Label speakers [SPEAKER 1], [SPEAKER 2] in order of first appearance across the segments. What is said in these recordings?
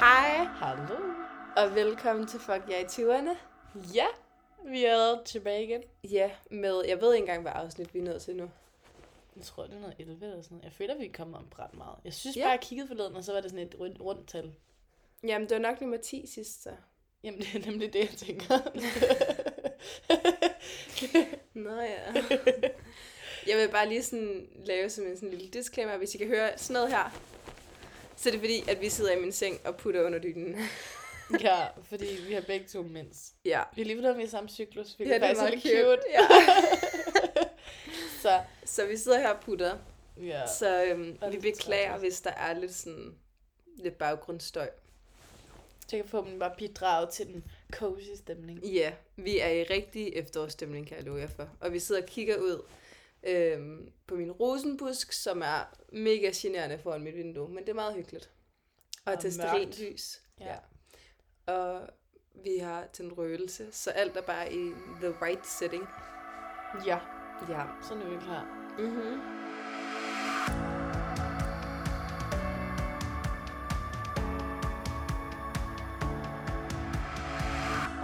[SPEAKER 1] Hej,
[SPEAKER 2] Hallo.
[SPEAKER 1] og velkommen til Fuck jer i 20'erne.
[SPEAKER 2] Ja, vi er tilbage igen.
[SPEAKER 1] Ja, med, jeg ved ikke engang, hvad afsnit vi er nået til nu.
[SPEAKER 2] Jeg tror, det er noget 11 eller sådan noget. Jeg føler, vi er kommet om ret meget. Jeg synes
[SPEAKER 1] Ja.
[SPEAKER 2] ja. bare, jeg kiggede forleden, og så var det sådan et rundt, rundt tal.
[SPEAKER 1] Jamen, det var nok nummer 10 sidst, så.
[SPEAKER 2] Jamen, det er nemlig det, jeg tænker.
[SPEAKER 1] Nå ja. jeg vil bare lige sådan lave som en sådan lille disclaimer, hvis I kan høre sådan noget her. Så er det fordi, at vi sidder i min seng og putter under dynen.
[SPEAKER 2] ja, fordi vi har begge to mens.
[SPEAKER 1] ja.
[SPEAKER 2] Vi er lige ved, vi er i samme cyklus,
[SPEAKER 1] Ja,
[SPEAKER 2] hvilket ja, det er
[SPEAKER 1] meget
[SPEAKER 2] faktisk er cute.
[SPEAKER 1] Ja.
[SPEAKER 2] Så,
[SPEAKER 1] Så vi sidder her og putter.
[SPEAKER 2] ja.
[SPEAKER 1] Så øhm,
[SPEAKER 2] Og
[SPEAKER 1] vi
[SPEAKER 2] lidt
[SPEAKER 1] beklager,
[SPEAKER 2] træt.
[SPEAKER 1] hvis der er lidt sådan lidt baggrundsstøj.
[SPEAKER 2] Så jeg kan få dem bare bidraget til den cozy stemning.
[SPEAKER 1] Ja, vi er i rigtig efterårsstemning, kan jeg love jer for. Og vi sidder og kigger ud øhm, på min rosenbusk, som er mega generende foran mit vindue, men det er meget hyggeligt. Og,
[SPEAKER 2] Og
[SPEAKER 1] og til
[SPEAKER 2] mørkt.
[SPEAKER 1] sterint lys.
[SPEAKER 2] Ja.
[SPEAKER 1] Og vi har tændt røgelse, så alt er bare i the right setting.
[SPEAKER 2] ja,
[SPEAKER 1] Ja.
[SPEAKER 2] så nu er vi klar.
[SPEAKER 1] Mm-hmm.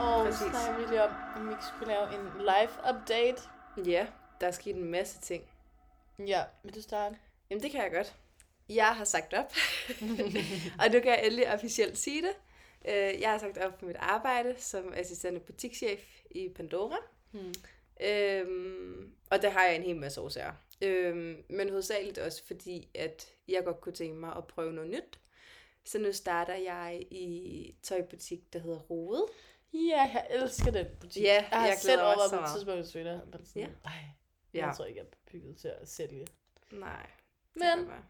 [SPEAKER 2] Og så
[SPEAKER 1] Præcis.
[SPEAKER 2] snakker vi lige om, om vi ikke skulle lave en live update.
[SPEAKER 1] Ja, der er sket en masse ting.
[SPEAKER 2] Ja, vil du starte?
[SPEAKER 1] Jamen, det kan jeg godt. Jeg har sagt op. og nu kan jeg endelig officielt sige det. Øh, Jeg har sagt op på mit arbejde som assistent og butikschef i Pandora.
[SPEAKER 2] Hmm.
[SPEAKER 1] Øhm, og der har jeg en hel masse årsager. Øhm, men hovedsageligt også fordi, at jeg godt kunne tænke mig at prøve noget nyt. Så nu starter jeg i tøjbutik, der hedder Rode.
[SPEAKER 2] Ja, jeg elsker den butik.
[SPEAKER 1] Ja,
[SPEAKER 2] jeg har
[SPEAKER 1] jeg
[SPEAKER 2] selv
[SPEAKER 1] glæder mig
[SPEAKER 2] overvejet
[SPEAKER 1] så
[SPEAKER 2] på et
[SPEAKER 1] meget.
[SPEAKER 2] tidspunkt at søge der, men sådan,
[SPEAKER 1] Ja.
[SPEAKER 2] ja. ej,
[SPEAKER 1] Ja.
[SPEAKER 2] jeg tror ikke, jeg er bygget til at sælge.
[SPEAKER 1] Nej. det
[SPEAKER 2] Men
[SPEAKER 1] kan være.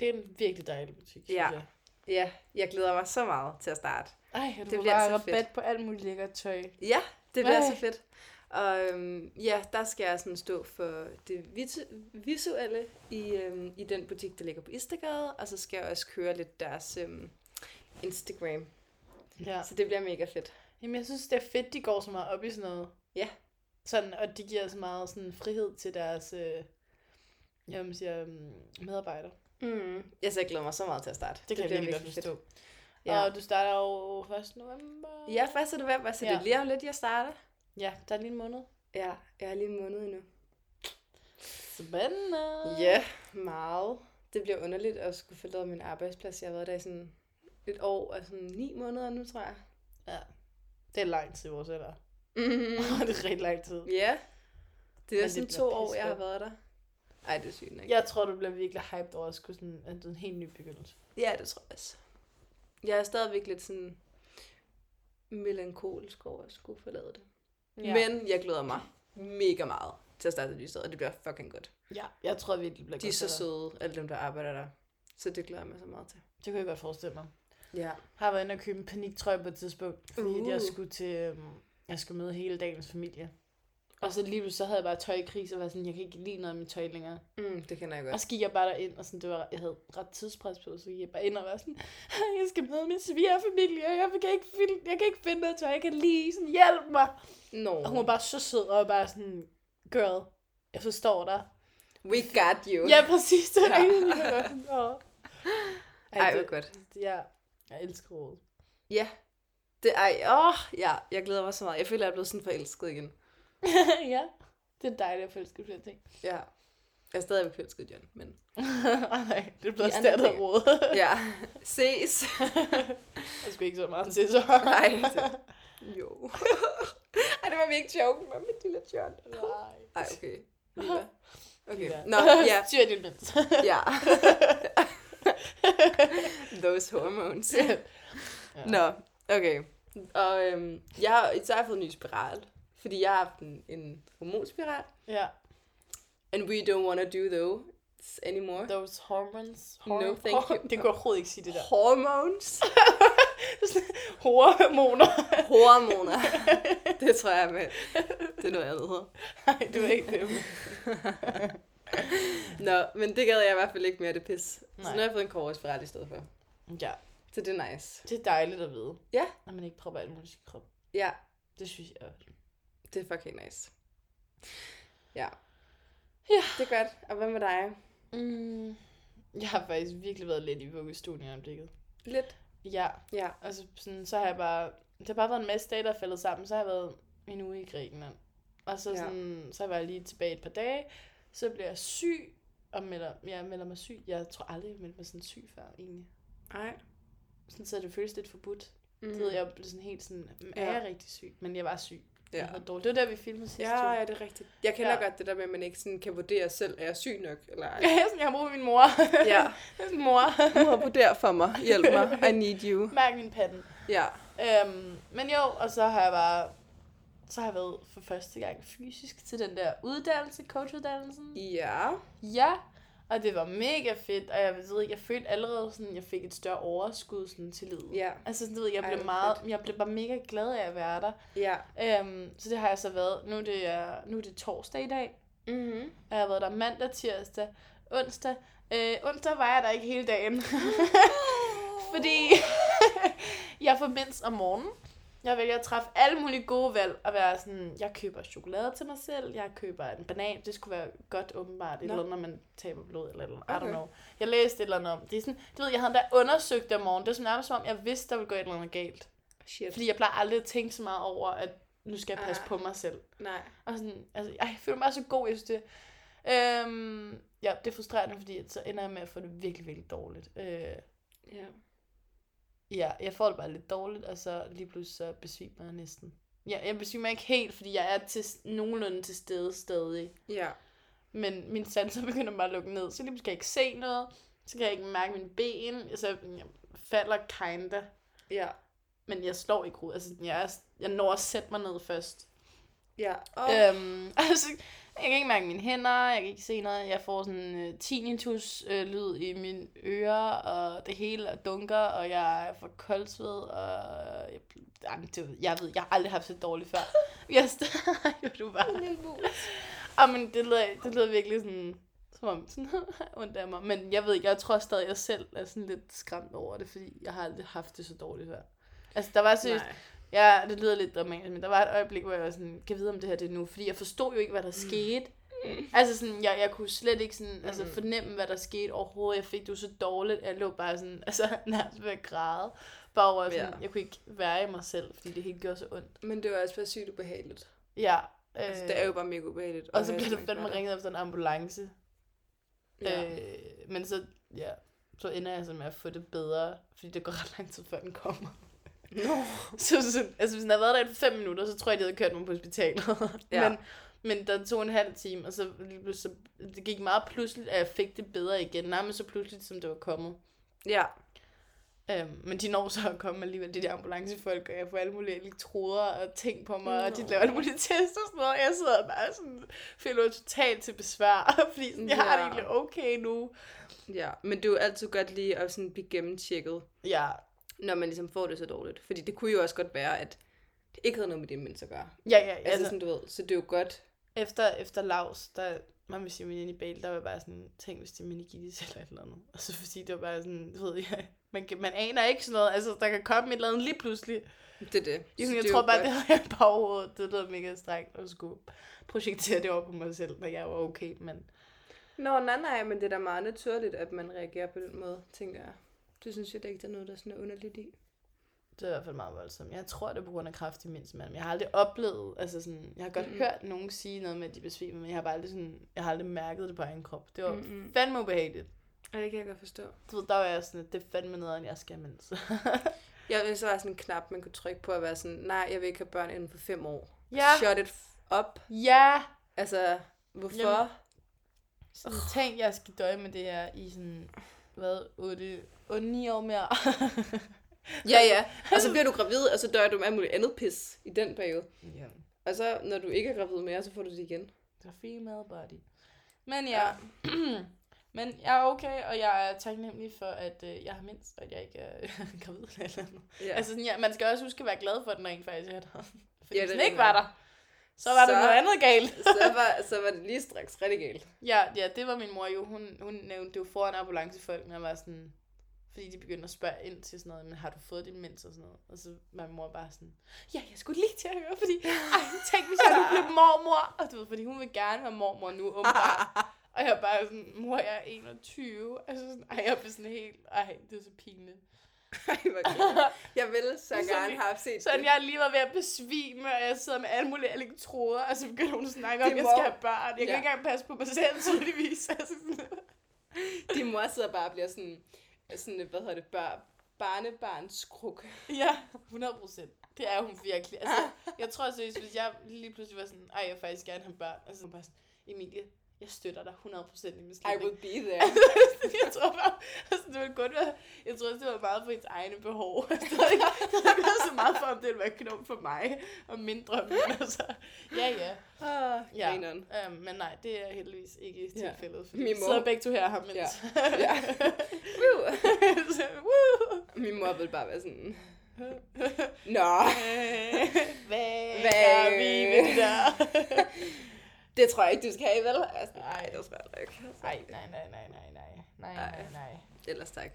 [SPEAKER 2] det er en virkelig dejlig butik, synes
[SPEAKER 1] Ja.
[SPEAKER 2] jeg.
[SPEAKER 1] Ja, jeg glæder mig så meget til at starte.
[SPEAKER 2] Ej, du
[SPEAKER 1] Det
[SPEAKER 2] det
[SPEAKER 1] bliver
[SPEAKER 2] bliver bare
[SPEAKER 1] altså fedt.
[SPEAKER 2] rabat på alt muligt lækkert tøj.
[SPEAKER 1] Ja, det bliver
[SPEAKER 2] Ej.
[SPEAKER 1] så fedt. Og øhm, ja, der skal jeg sådan stå for det visu- visuelle i, øhm, i den butik, der ligger på Istagade, og så skal jeg også køre lidt deres øhm, Instagram.
[SPEAKER 2] Ja.
[SPEAKER 1] Så det bliver mega fedt.
[SPEAKER 2] Jamen, jeg synes, det er fedt, de går så meget op i sådan noget.
[SPEAKER 1] Ja.
[SPEAKER 2] Sådan, og de giver så meget sådan frihed til deres øh, jamen, siger, øhm, medarbejdere.
[SPEAKER 1] Mm. Jeg så jeg glæder mig så meget til at starte.
[SPEAKER 2] Det, det kan jeg
[SPEAKER 1] bliver
[SPEAKER 2] virkelig godt
[SPEAKER 1] virkelig fedt.
[SPEAKER 2] forstå. Ja.
[SPEAKER 1] Ja.
[SPEAKER 2] Og du starter jo 1. november.
[SPEAKER 1] ja, 1. november, så det er
[SPEAKER 2] Ja.
[SPEAKER 1] lige om lidt, jeg starter.
[SPEAKER 2] Ja, der er lige en måned.
[SPEAKER 1] Ja, jeg er lige en måned endnu.
[SPEAKER 2] Spændende.
[SPEAKER 1] Ja, meget. Det bliver underligt at skulle forlade min arbejdsplads. Jeg har været der i sådan et år og sådan ni måneder nu, tror jeg.
[SPEAKER 2] ja. Det er lang tid i vores alder.
[SPEAKER 1] Mm.
[SPEAKER 2] det er rigtig lang tid.
[SPEAKER 1] Ja. Det er
[SPEAKER 2] Men
[SPEAKER 1] sådan
[SPEAKER 2] det
[SPEAKER 1] to
[SPEAKER 2] bliver
[SPEAKER 1] år,
[SPEAKER 2] pisse
[SPEAKER 1] jeg har
[SPEAKER 2] godt.
[SPEAKER 1] været der. Ej, det er sygt nok.
[SPEAKER 2] Jeg tror, du bliver virkelig hyped over at skulle sådan, at det er en helt ny begyndelse.
[SPEAKER 1] ja, det tror jeg også. Jeg er stadigvæk lidt sådan melankolsk over at skulle forlade det. Ja. Men jeg glæder mig mega meget til at starte det nye sted, og det bliver fucking godt.
[SPEAKER 2] ja, jeg tror virkelig, det bliver
[SPEAKER 1] De er
[SPEAKER 2] godt
[SPEAKER 1] så
[SPEAKER 2] for dig.
[SPEAKER 1] søde, alle dem, der arbejder der. Så det glæder jeg mig så meget til.
[SPEAKER 2] Det kunne jeg godt forestille mig.
[SPEAKER 1] Ja.
[SPEAKER 2] Jeg har været inde og købe en paniktrøje på et tidspunkt, fordi
[SPEAKER 1] Uh.
[SPEAKER 2] uh. jeg skulle til... øhm, Jeg skulle møde hele dagens familie. Og så lige pludselig, så havde jeg bare tøjkrise, og var sådan, jeg kan ikke lide noget af mit tøj længere.
[SPEAKER 1] Mm, det kender jeg
[SPEAKER 2] Og
[SPEAKER 1] godt.
[SPEAKER 2] så gik jeg bare derind, og sådan, det var, jeg havde ret tidspres på, så gik jeg bare ind og var sådan, jeg skal møde min svigerfamilie, og jeg kan ikke, finde, jeg kan ikke finde noget tøj, jeg kan lige sådan, hjælp mig.
[SPEAKER 1] Nå,
[SPEAKER 2] Og hun var bare så sød, og bare sådan, girl, jeg forstår dig.
[SPEAKER 1] we got you.
[SPEAKER 2] Ja, præcis, det
[SPEAKER 1] Ja.
[SPEAKER 2] er rigtigt. Jeg var sådan, "Åh."
[SPEAKER 1] Ej, hvor
[SPEAKER 2] det,
[SPEAKER 1] godt.
[SPEAKER 2] ja, jeg elsker råd.
[SPEAKER 1] Ja. Det, ej, åh, ja, jeg glæder mig så meget. Jeg føler, jeg er blevet sådan forelsket igen.
[SPEAKER 2] ja, det er dejligt at forelske flere ting.
[SPEAKER 1] Ja. Jeg er stadigvæk forelsket, John, men
[SPEAKER 2] Ej, nej, det blev
[SPEAKER 1] De andre
[SPEAKER 2] stadig
[SPEAKER 1] ting.
[SPEAKER 2] råd.
[SPEAKER 1] Ja, ses.
[SPEAKER 2] Jeg skulle ikke så meget til, så.
[SPEAKER 1] Nej. Jo. Ej, det var vi ikke joke med, mit lille John.
[SPEAKER 2] Nej.
[SPEAKER 1] Ej, okay. Lilla. Okay.
[SPEAKER 2] Ja.
[SPEAKER 1] Nå, ja.
[SPEAKER 2] Styr din mens.
[SPEAKER 1] ja. Those hormones.
[SPEAKER 2] Ja.
[SPEAKER 1] Nå, okay. Og øhm, jeg har, så har jeg fået en ny spiral. Fordi jeg har haft en, en hormonspiral.
[SPEAKER 2] ja.
[SPEAKER 1] And we don't wanna do those anymore.
[SPEAKER 2] Those hormones.
[SPEAKER 1] No,
[SPEAKER 2] Horm-
[SPEAKER 1] thank you.
[SPEAKER 2] Det kunne jeg overhovedet ikke sige det der.
[SPEAKER 1] Hormones.
[SPEAKER 2] Hormoner.
[SPEAKER 1] Hormoner. Det tror jeg, men det er noget andet.
[SPEAKER 2] Nej, du er ikke dem.
[SPEAKER 1] Nå, men det gad jeg i hvert fald ikke mere, det pis. Så
[SPEAKER 2] Nej.
[SPEAKER 1] nu har jeg fået en kårespiral i stedet for.
[SPEAKER 2] Ja,
[SPEAKER 1] Så det er nice.
[SPEAKER 2] det er dejligt at vide.
[SPEAKER 1] Ja.
[SPEAKER 2] At man ikke propper alt muligt i sin krop.
[SPEAKER 1] Ja,
[SPEAKER 2] Det synes jeg også.
[SPEAKER 1] det er fucking nice. Ja.
[SPEAKER 2] Ja.
[SPEAKER 1] Det er godt. Og hvad med dig?
[SPEAKER 2] Mm, jeg har faktisk virkelig været lidt i vuggestuen i øjeblikket.
[SPEAKER 1] Lidt.
[SPEAKER 2] Ja,
[SPEAKER 1] Ja.
[SPEAKER 2] altså sådan, så har jeg bare, det har bare været en masse dage, der er faldet sammen, så har jeg været en uge i Grækenland. Og så,
[SPEAKER 1] Ja.
[SPEAKER 2] sådan, så var jeg lige tilbage et par dage, så bliver jeg syg, og melder, jeg melder mig syg. Jeg tror aldrig, jeg har meldt mig sådan syg før, egentlig.
[SPEAKER 1] Nej.
[SPEAKER 2] Sådan, så det føles lidt forbudt.
[SPEAKER 1] Mm.
[SPEAKER 2] Mm. Det ved jeg blev sådan helt sådan, er
[SPEAKER 1] Ja.
[SPEAKER 2] jeg rigtig syg? Men jeg var syg. Ja.
[SPEAKER 1] Ja.
[SPEAKER 2] Jeg havde dårligt. Det var der, vi filmede sidste
[SPEAKER 1] Ja,
[SPEAKER 2] uge.
[SPEAKER 1] ja, det er rigtigt. Jeg kender
[SPEAKER 2] Ja.
[SPEAKER 1] ja. godt det der med, at man ikke sådan kan vurdere selv, er jeg syg nok? Eller ej.
[SPEAKER 2] Jeg, er sådan, jeg har brug for min mor.
[SPEAKER 1] ja.
[SPEAKER 2] min mor.
[SPEAKER 1] Du har vurderet for mig. Hjælp mig. I need you.
[SPEAKER 2] Mærk min patten.
[SPEAKER 1] Ja.
[SPEAKER 2] Øhm, men jo, og så har jeg bare så har jeg været for første gang fysisk til den der uddannelse, coachuddannelsen.
[SPEAKER 1] Ja.
[SPEAKER 2] Ja, og det var mega fedt, og jeg ved ikke, jeg følte allerede sådan, jeg fik et større overskud sådan, til livet.
[SPEAKER 1] Ja.
[SPEAKER 2] Altså sådan, du ved, jeg
[SPEAKER 1] Ej,
[SPEAKER 2] blev
[SPEAKER 1] hvor
[SPEAKER 2] meget, jeg blev bare mega glad af at være der.
[SPEAKER 1] Ja.
[SPEAKER 2] Øhm, så det har jeg så været, nu er det, øh, nu er det torsdag i dag,
[SPEAKER 1] Mm-hmm.
[SPEAKER 2] og jeg har været der mandag, tirsdag, onsdag. Øh, onsdag var jeg der ikke hele dagen. Fordi jeg får mindst om morgenen. Jeg vælger at træffe alle mulige gode valg og være sådan, jeg køber chokolade til mig selv, jeg køber en banan, det skulle være godt åbenbart, et
[SPEAKER 1] Nå.
[SPEAKER 2] eller andet, når man taber blod eller et eller andet, I
[SPEAKER 1] Okay.
[SPEAKER 2] don't know. Jeg læste et eller andet om, det er sådan, du ved, jeg havde da undersøgt det om morgenen, det er sådan nærmest som om, jeg vidste, der ville gå et eller andet galt.
[SPEAKER 1] Shit.
[SPEAKER 2] Fordi jeg plejer aldrig at tænke så meget over, at nu skal jeg passe
[SPEAKER 1] Ah.
[SPEAKER 2] på mig selv.
[SPEAKER 1] Nej.
[SPEAKER 2] Og sådan, altså, ej, jeg føler mig så god, jeg synes det. Øhm, ja, det er frustrerende, fordi at så ender jeg med at få det virkelig, virkelig dårligt. Øh,
[SPEAKER 1] Ja.
[SPEAKER 2] ja, jeg får det bare lidt dårligt, og så lige pludselig så besvimer jeg næsten. Ja, jeg besvimer ikke helt, fordi jeg er til, nogenlunde til stede stadig.
[SPEAKER 1] Ja.
[SPEAKER 2] Men min sanser begynder bare at lukke ned, så lige pludselig kan jeg ikke se noget, så kan jeg ikke mærke mine ben, så jeg falder kinda.
[SPEAKER 1] Ja.
[SPEAKER 2] Men jeg slår ikke ud, altså jeg, er, jeg når at sætte mig ned først.
[SPEAKER 1] Ja. Og...
[SPEAKER 2] Øhm, altså, jeg kan ikke mærke mine hænder, jeg kan ikke se noget. Jeg får sådan øh, tinnitus-lyd i mine ører, og det hele dunker, og jeg får koldsved, og jeg, jamen, det, jeg ved, jeg har aldrig haft det så dårligt før. Jeg st- jo, du bare. Og, men det lyder, det lyder virkelig sådan, som om sådan ondt af mig. Men jeg ved ikke, jeg tror stadig, at jeg selv er sådan lidt skræmt over det, fordi jeg har aldrig haft det så dårligt før. Altså, der var seriøst,
[SPEAKER 1] Nej.
[SPEAKER 2] Ja, det lyder lidt dramatisk, men der var et øjeblik, hvor jeg var sådan, kan vide om det her det er nu, fordi jeg forstod jo ikke,
[SPEAKER 1] Mm.
[SPEAKER 2] hvad der skete. Altså sådan, jeg, jeg kunne slet ikke sådan, altså
[SPEAKER 1] Mm.
[SPEAKER 2] fornemme, hvad der skete overhovedet. Jeg fik det jo så dårligt, at jeg lå bare sådan, altså nærmest ved at græde. Bare over, at sådan,
[SPEAKER 1] Ja.
[SPEAKER 2] jeg kunne ikke være i mig selv, fordi det hele gjorde så ondt.
[SPEAKER 1] Men det var også bare sygt ubehageligt.
[SPEAKER 2] Ja. øh,
[SPEAKER 1] Altså, det er jo bare mega ubehageligt.
[SPEAKER 2] og så blev der fandme ringet efter en ambulance. Ja.
[SPEAKER 1] Ja.
[SPEAKER 2] Øh, men så, ja, så ender jeg så med at få det bedre, fordi det går ret lang tid, før den kommer.
[SPEAKER 1] No.
[SPEAKER 2] Så, så, altså, hvis den havde været der i fem minutter, så tror jeg, de havde kørt mig på hospitalet.
[SPEAKER 1] Ja.
[SPEAKER 2] men, men der tog en halv time, og så, lige pludselig- så det gik meget pludseligt, at jeg fik det bedre igen. Nej, men så pludseligt, som det var kommet.
[SPEAKER 1] Ja.
[SPEAKER 2] Øhm, men de når så at komme alligevel, de der ambulancefolk, og jeg får alle mulige elektroder og ting på mig, og de
[SPEAKER 1] Nå.
[SPEAKER 2] laver alle mulige tests og sådan noget, og jeg sidder bare sådan, føler mig totalt til besvær, fordi sådan, jeg har det
[SPEAKER 1] Ja.
[SPEAKER 2] egentlig okay nu.
[SPEAKER 1] Ja. Men det er jo altid godt lige at sådan blive gennemtjekket,
[SPEAKER 2] Ja,
[SPEAKER 1] når man ligesom får det så dårligt. Fordi det kunne jo også godt være, at det ikke havde noget med det mens at gøre.
[SPEAKER 2] ja, ja.
[SPEAKER 1] Altså, altså sådan, du ved. Så det er jo godt.
[SPEAKER 2] Efter, efter Lars, der man vil sige, min inde i bale, der var jeg bare sådan, tænk hvis det er meningitis eller et eller andet. Og så fordi det var bare sådan, du ved jeg, man, kan, man aner ikke sådan noget, altså der kan komme et eller andet lige pludselig.
[SPEAKER 1] Det er det. Så
[SPEAKER 2] Jeg, sådan,
[SPEAKER 1] det
[SPEAKER 2] jeg
[SPEAKER 1] er
[SPEAKER 2] tror
[SPEAKER 1] jo
[SPEAKER 2] bare,
[SPEAKER 1] godt.
[SPEAKER 2] det havde jeg bare overhovedet, det lyder mega strengt at skulle projektere det over på mig selv, når jeg var okay, men
[SPEAKER 1] Nå, nej, nej, men det er da meget naturligt, at man reagerer på den måde, tænker jeg. Du synes jo, der ikke der er noget, der er sådan er underligt i.
[SPEAKER 2] det er i hvert fald meget voldsomt. Jeg tror, det er på grund af kraft i mindst, men jeg har aldrig oplevet, altså sådan, jeg har godt
[SPEAKER 1] Mhm.
[SPEAKER 2] mm-hmm. hørt nogen sige noget med, at de besvimer, men jeg har bare aldrig sådan, jeg har aldrig mærket det på egen krop. Det var mm-hmm.
[SPEAKER 1] Mm-hmm.
[SPEAKER 2] fandme ubehageligt.
[SPEAKER 1] Ja, det kan jeg godt forstå.
[SPEAKER 2] Du ved, der var jeg sådan, at det er fandme noget, end jeg skal have mens.
[SPEAKER 1] Jeg ville så være sådan en knap, man kunne trykke på at være sådan, nej, jeg vil ikke have børn inden for fem år.
[SPEAKER 2] ja.
[SPEAKER 1] Shut it f- up.
[SPEAKER 2] Ja,
[SPEAKER 1] Altså, hvorfor?
[SPEAKER 2] sådan, tænk, jeg skal døje med det her i sådan, hvad, 8, 8 9 år mere.
[SPEAKER 1] Ja, ja. Og så bliver du gravid, og så dør du med alt muligt andet pis i den periode.
[SPEAKER 2] ja.
[SPEAKER 1] Og så, når du ikke er gravid mere, så får du det igen.
[SPEAKER 2] The female body. Men ja, men jeg er okay, og jeg er taknemmelig for, at øh, jeg har mindst, og at jeg ikke er gravid eller et eller andet.
[SPEAKER 1] Ja.
[SPEAKER 2] Ja.
[SPEAKER 1] Altså,
[SPEAKER 2] Altså, sådan, ja, man skal også huske at være glad for, at den rent faktisk er der. Fordi
[SPEAKER 1] Ja, det
[SPEAKER 2] ja, hvis den
[SPEAKER 1] er
[SPEAKER 2] ikke var
[SPEAKER 1] rigtigt.
[SPEAKER 2] der, så var så... der
[SPEAKER 1] Så-
[SPEAKER 2] noget andet galt.
[SPEAKER 1] så, var, så var det lige straks rigtig galt.
[SPEAKER 2] Ja, ja, det var min mor jo. Hun, hun nævnte det jo foran ambulancefolkene og var sådan... Fordi de begyndte at spørge ind til sådan noget, men har du fået din mens og sådan noget? Og så var min mor bare sådan, ja, jeg skulle lige til at høre, fordi ej, tænk, hvis jeg nu blev mormor. Og du ved, fordi hun vil gerne være mormor nu, åbenbart. Og jeg er bare sådan, mor, jeg er 21. Altså sådan, ej, jeg blev sådan helt, ej, det er så pinligt.
[SPEAKER 1] Ej, hvor grineren. Jeg ville så
[SPEAKER 2] Sådan-
[SPEAKER 1] gerne have set
[SPEAKER 2] Sådan,
[SPEAKER 1] det.
[SPEAKER 2] jeg lige var ved at besvime, og jeg sidder med alle mulige elektroder, og så begynder hun at snakke om,
[SPEAKER 1] Det
[SPEAKER 2] at jeg
[SPEAKER 1] må-
[SPEAKER 2] skal have børn. Jeg kan
[SPEAKER 1] Ja.
[SPEAKER 2] ikke engang passe på mig selv, tydeligvis. Altså, sådan-
[SPEAKER 1] Din mor sidder bare og bliver sådan, sådan hvad hedder det, bør, barnebarnskruk.
[SPEAKER 2] ja, 100 procent. Det er hun virkelig. Altså, jeg tror seriøst, hvis jeg lige pludselig var sådan, ej, jeg vil faktisk gerne have børn, og så hun bare sådan, Emilie, jeg støtter dig 100 procent i
[SPEAKER 1] I
[SPEAKER 2] beslutningen.
[SPEAKER 1] would be there.
[SPEAKER 2] jeg tror bare, altså, det ville kun være, jeg tror også, det var meget for ens egne behov. Altså, det havde ikke, det havde ikke været så meget for, om det ville være knomt for mig, og mindre, men altså, ja, ja.
[SPEAKER 1] Oh,
[SPEAKER 2] Ja.
[SPEAKER 1] ja.
[SPEAKER 2] Um, men nej, det er heldigvis ikke
[SPEAKER 1] Ja.
[SPEAKER 2] tilfældet, fordi
[SPEAKER 1] Min
[SPEAKER 2] vi
[SPEAKER 1] mor-
[SPEAKER 2] sidder begge to her og har mens.
[SPEAKER 1] Ja.
[SPEAKER 2] Ja.
[SPEAKER 1] Ja. Woo.
[SPEAKER 2] så, woo!
[SPEAKER 1] Min mor ville bare være sådan, nå,
[SPEAKER 2] Hvad,
[SPEAKER 1] Hvad?
[SPEAKER 2] Hvad gør vi med det der?
[SPEAKER 1] det tror jeg ikke, du skal have, vel? Jeg er sådan,
[SPEAKER 2] Ej.
[SPEAKER 1] Nej, det tror jeg ikke.
[SPEAKER 2] Ej, nej, nej, nej, nej, nej, nej, nej,
[SPEAKER 1] Ej.
[SPEAKER 2] nej.
[SPEAKER 1] Ellers tak.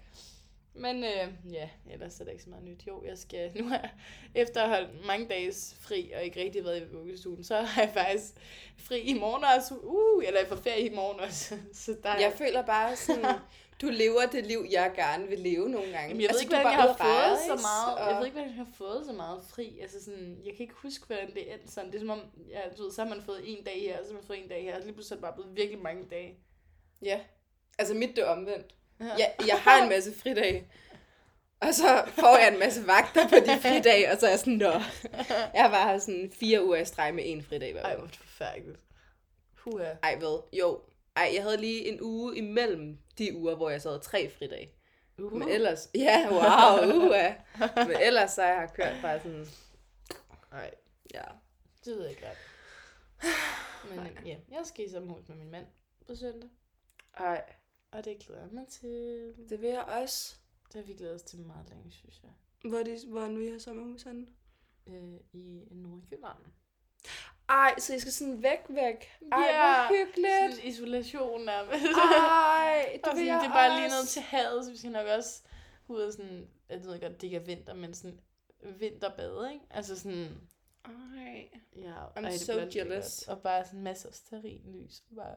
[SPEAKER 2] Men øh, ja, ellers er der ikke så meget nyt. Jo, jeg skal nu har jeg efter at have holdt mange dages fri og ikke rigtig været i vuggestuen, så har jeg faktisk fri i morgen også. Uh, eller jeg får ferie i morgen også. Så der er-
[SPEAKER 1] Jeg føler bare sådan, du lever det liv, jeg gerne vil leve nogle gange.
[SPEAKER 2] Jamen, jeg ved
[SPEAKER 1] Altså,
[SPEAKER 2] ikke,
[SPEAKER 1] du er
[SPEAKER 2] hvordan jeg
[SPEAKER 1] bare
[SPEAKER 2] har
[SPEAKER 1] ude at
[SPEAKER 2] fået så
[SPEAKER 1] rejse,
[SPEAKER 2] meget,
[SPEAKER 1] og-
[SPEAKER 2] jeg ved ikke, hvordan jeg har fået så meget fri. Altså sådan, jeg kan ikke huske, hvordan det endte sådan. Det er som om, ja, du ved, så har man fået en dag her, og så har man fået en dag her, og lige pludselig er det bare blevet virkelig mange dage.
[SPEAKER 1] Ja. Altså mit det er omvendt.
[SPEAKER 2] Ja.
[SPEAKER 1] Ja, jeg har en masse fridage. Og så får jeg en masse vagter på de fridage, og så er jeg sådan, nå. Jeg var her sådan fire uger i streg med en fridag hver
[SPEAKER 2] Ej,
[SPEAKER 1] uge.
[SPEAKER 2] hvor er det forfærdeligt. Puha.
[SPEAKER 1] Ej, hvad? Jo. Ej, jeg havde lige en uge imellem de uger, hvor jeg så havde tre fridage.
[SPEAKER 2] Uh.
[SPEAKER 1] Men ellers, ja, wow, uha. Men ellers så har jeg kørt bare sådan,
[SPEAKER 2] Nej,
[SPEAKER 1] ja.
[SPEAKER 2] det ved jeg ikke ret. Men øhm, ja, jeg skal i sommerhus med min mand på søndag,
[SPEAKER 1] Ej,
[SPEAKER 2] og det glæder jeg mig til.
[SPEAKER 1] det vil jeg også.
[SPEAKER 2] Det har vi glædet os til meget længe, synes jeg.
[SPEAKER 1] Hvor er det, hvor vi har sommerhuserne?
[SPEAKER 2] Øh, I Nordjylland.
[SPEAKER 1] Ej, så jeg skal sådan væk, væk. Ej,
[SPEAKER 2] Ja,
[SPEAKER 1] hvor hyggeligt.
[SPEAKER 2] Sådan isolation nærmest.
[SPEAKER 1] Ej,
[SPEAKER 2] Det,
[SPEAKER 1] det vil jeg
[SPEAKER 2] det er bare
[SPEAKER 1] også.
[SPEAKER 2] lige noget til havet, så vi skal nok også ud og sådan, jeg ved godt, det ikke er vinter, men sådan vinterbade, ikke? Altså sådan,
[SPEAKER 1] Ej.
[SPEAKER 2] ja,
[SPEAKER 1] I'm
[SPEAKER 2] det
[SPEAKER 1] so
[SPEAKER 2] bliver lækkert.
[SPEAKER 1] jealous.
[SPEAKER 2] Og bare sådan masser af sterin lys, og bare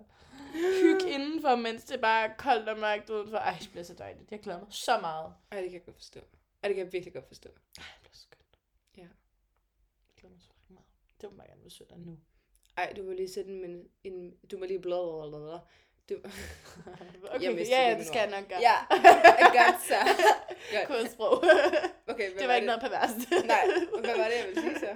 [SPEAKER 2] hygge indenfor, mens det er bare koldt og mørkt udenfor. Ej, det bliver så dejligt, jeg glæder mig så meget.
[SPEAKER 1] Ej, det kan jeg godt forstå. Ej, det kan jeg virkelig godt forstå.
[SPEAKER 2] Ej, det bliver så godt.
[SPEAKER 1] Ja.
[SPEAKER 2] Jeg glæder mig så rigtig meget. Det må jeg gerne være søndag nu.
[SPEAKER 1] Ej, du må lige sætte en, en, en du må lige blå eller noget. Du... Jeg
[SPEAKER 2] okay,
[SPEAKER 1] vidste
[SPEAKER 2] ja,
[SPEAKER 1] det
[SPEAKER 2] ja,
[SPEAKER 1] nu.
[SPEAKER 2] det skal jeg nok gøre.
[SPEAKER 1] Ja, godt så. Godt.
[SPEAKER 2] Kodsprog.
[SPEAKER 1] Okay, hvad
[SPEAKER 2] det var ikke noget perverst.
[SPEAKER 1] Nej, hvad var det, jeg ville sige så?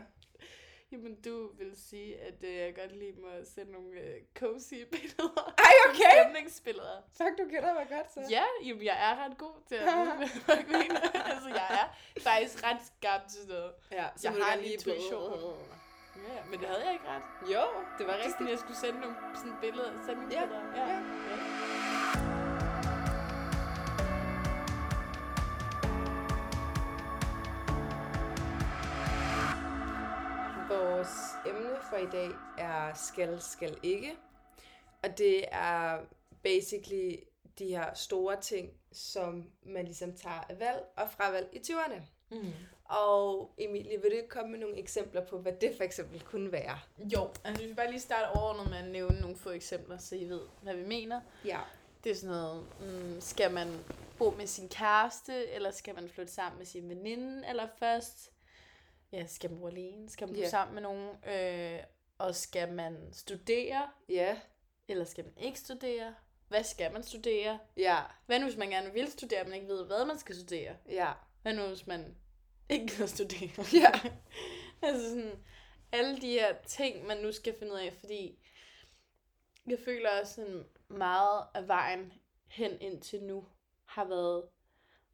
[SPEAKER 2] Jamen, du vil sige, at øh, jeg godt lige må sende nogle øh, cozy billeder.
[SPEAKER 1] Ej, okay.
[SPEAKER 2] Nogle Stemningsbilleder.
[SPEAKER 1] Fuck, du kender mig godt så.
[SPEAKER 2] Ja, jamen, jeg er ret god til at vide, hvad jeg mener. altså, jeg er faktisk ret skarp til noget.
[SPEAKER 1] ja så
[SPEAKER 2] Jeg
[SPEAKER 1] må du
[SPEAKER 2] har
[SPEAKER 1] gerne
[SPEAKER 2] en
[SPEAKER 1] lige
[SPEAKER 2] intuition.
[SPEAKER 1] blå.
[SPEAKER 2] Ja, ja, men det havde jeg ikke ret.
[SPEAKER 1] Jo, det var
[SPEAKER 2] Det er
[SPEAKER 1] rigtigt.
[SPEAKER 2] sådan, jeg skulle sende nogle sådan billeder, stemningsbilleder.
[SPEAKER 1] Ja, ja. Vores emne for i dag er skal, skal ikke. Og det er basically de her store ting, som man ligesom tager af valg og fravalg i 20'erne.
[SPEAKER 2] Mm.
[SPEAKER 1] Og Emilie, vil du ikke komme med nogle eksempler på, hvad det for eksempel kunne være?
[SPEAKER 2] Jo, altså vi vil bare lige starte overordnet med at nævne nogle få eksempler, så I ved, hvad vi mener.
[SPEAKER 1] Ja.
[SPEAKER 2] Det er sådan noget, mm, skal man bo med sin kæreste, eller skal man flytte sammen med sin veninde, eller først, ja, skal man bo alene, skal man bo
[SPEAKER 1] Ja.
[SPEAKER 2] yeah. sammen med nogen, øh, og skal man studere,
[SPEAKER 1] Ja.
[SPEAKER 2] eller skal man ikke studere, hvad skal man studere,
[SPEAKER 1] Ja.
[SPEAKER 2] hvad nu hvis man gerne vil studere, men ikke ved, hvad man skal studere,
[SPEAKER 1] Ja.
[SPEAKER 2] hvad nu hvis man ikke gider studere.
[SPEAKER 1] Ja.
[SPEAKER 2] altså sådan, alle de her ting, man nu skal finde ud af, fordi jeg føler også sådan meget af vejen hen indtil nu har været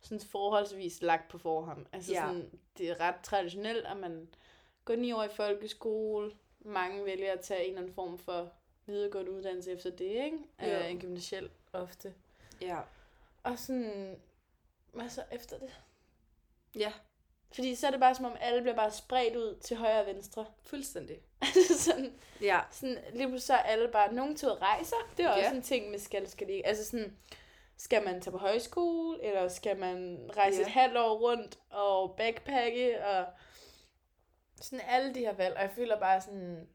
[SPEAKER 2] sådan forholdsvis lagt på forhånd. Altså
[SPEAKER 1] Ja.
[SPEAKER 2] ja. sådan, det er ret traditionelt, at man går ni år i folkeskole. Mange vælger at tage en eller anden form for videregående uddannelse efter det, ikke?
[SPEAKER 1] Jo.
[SPEAKER 2] Øh, en gymnasiel ofte.
[SPEAKER 1] Ja.
[SPEAKER 2] Og sådan, hvad så efter det?
[SPEAKER 1] Ja.
[SPEAKER 2] Fordi så er det bare som om, alle bliver bare spredt ud til højre og venstre.
[SPEAKER 1] Fuldstændig.
[SPEAKER 2] Altså sådan,
[SPEAKER 1] Ja.
[SPEAKER 2] sådan lige pludselig så er alle bare, nogen til rejser. Det er også
[SPEAKER 1] Ja.
[SPEAKER 2] en ting med skal, skal de ikke. Altså sådan, skal man tage på højskole, eller skal man rejse
[SPEAKER 1] Ja.
[SPEAKER 2] et halvt år rundt og backpacke, og sådan alle de her valg. Og jeg føler bare sådan,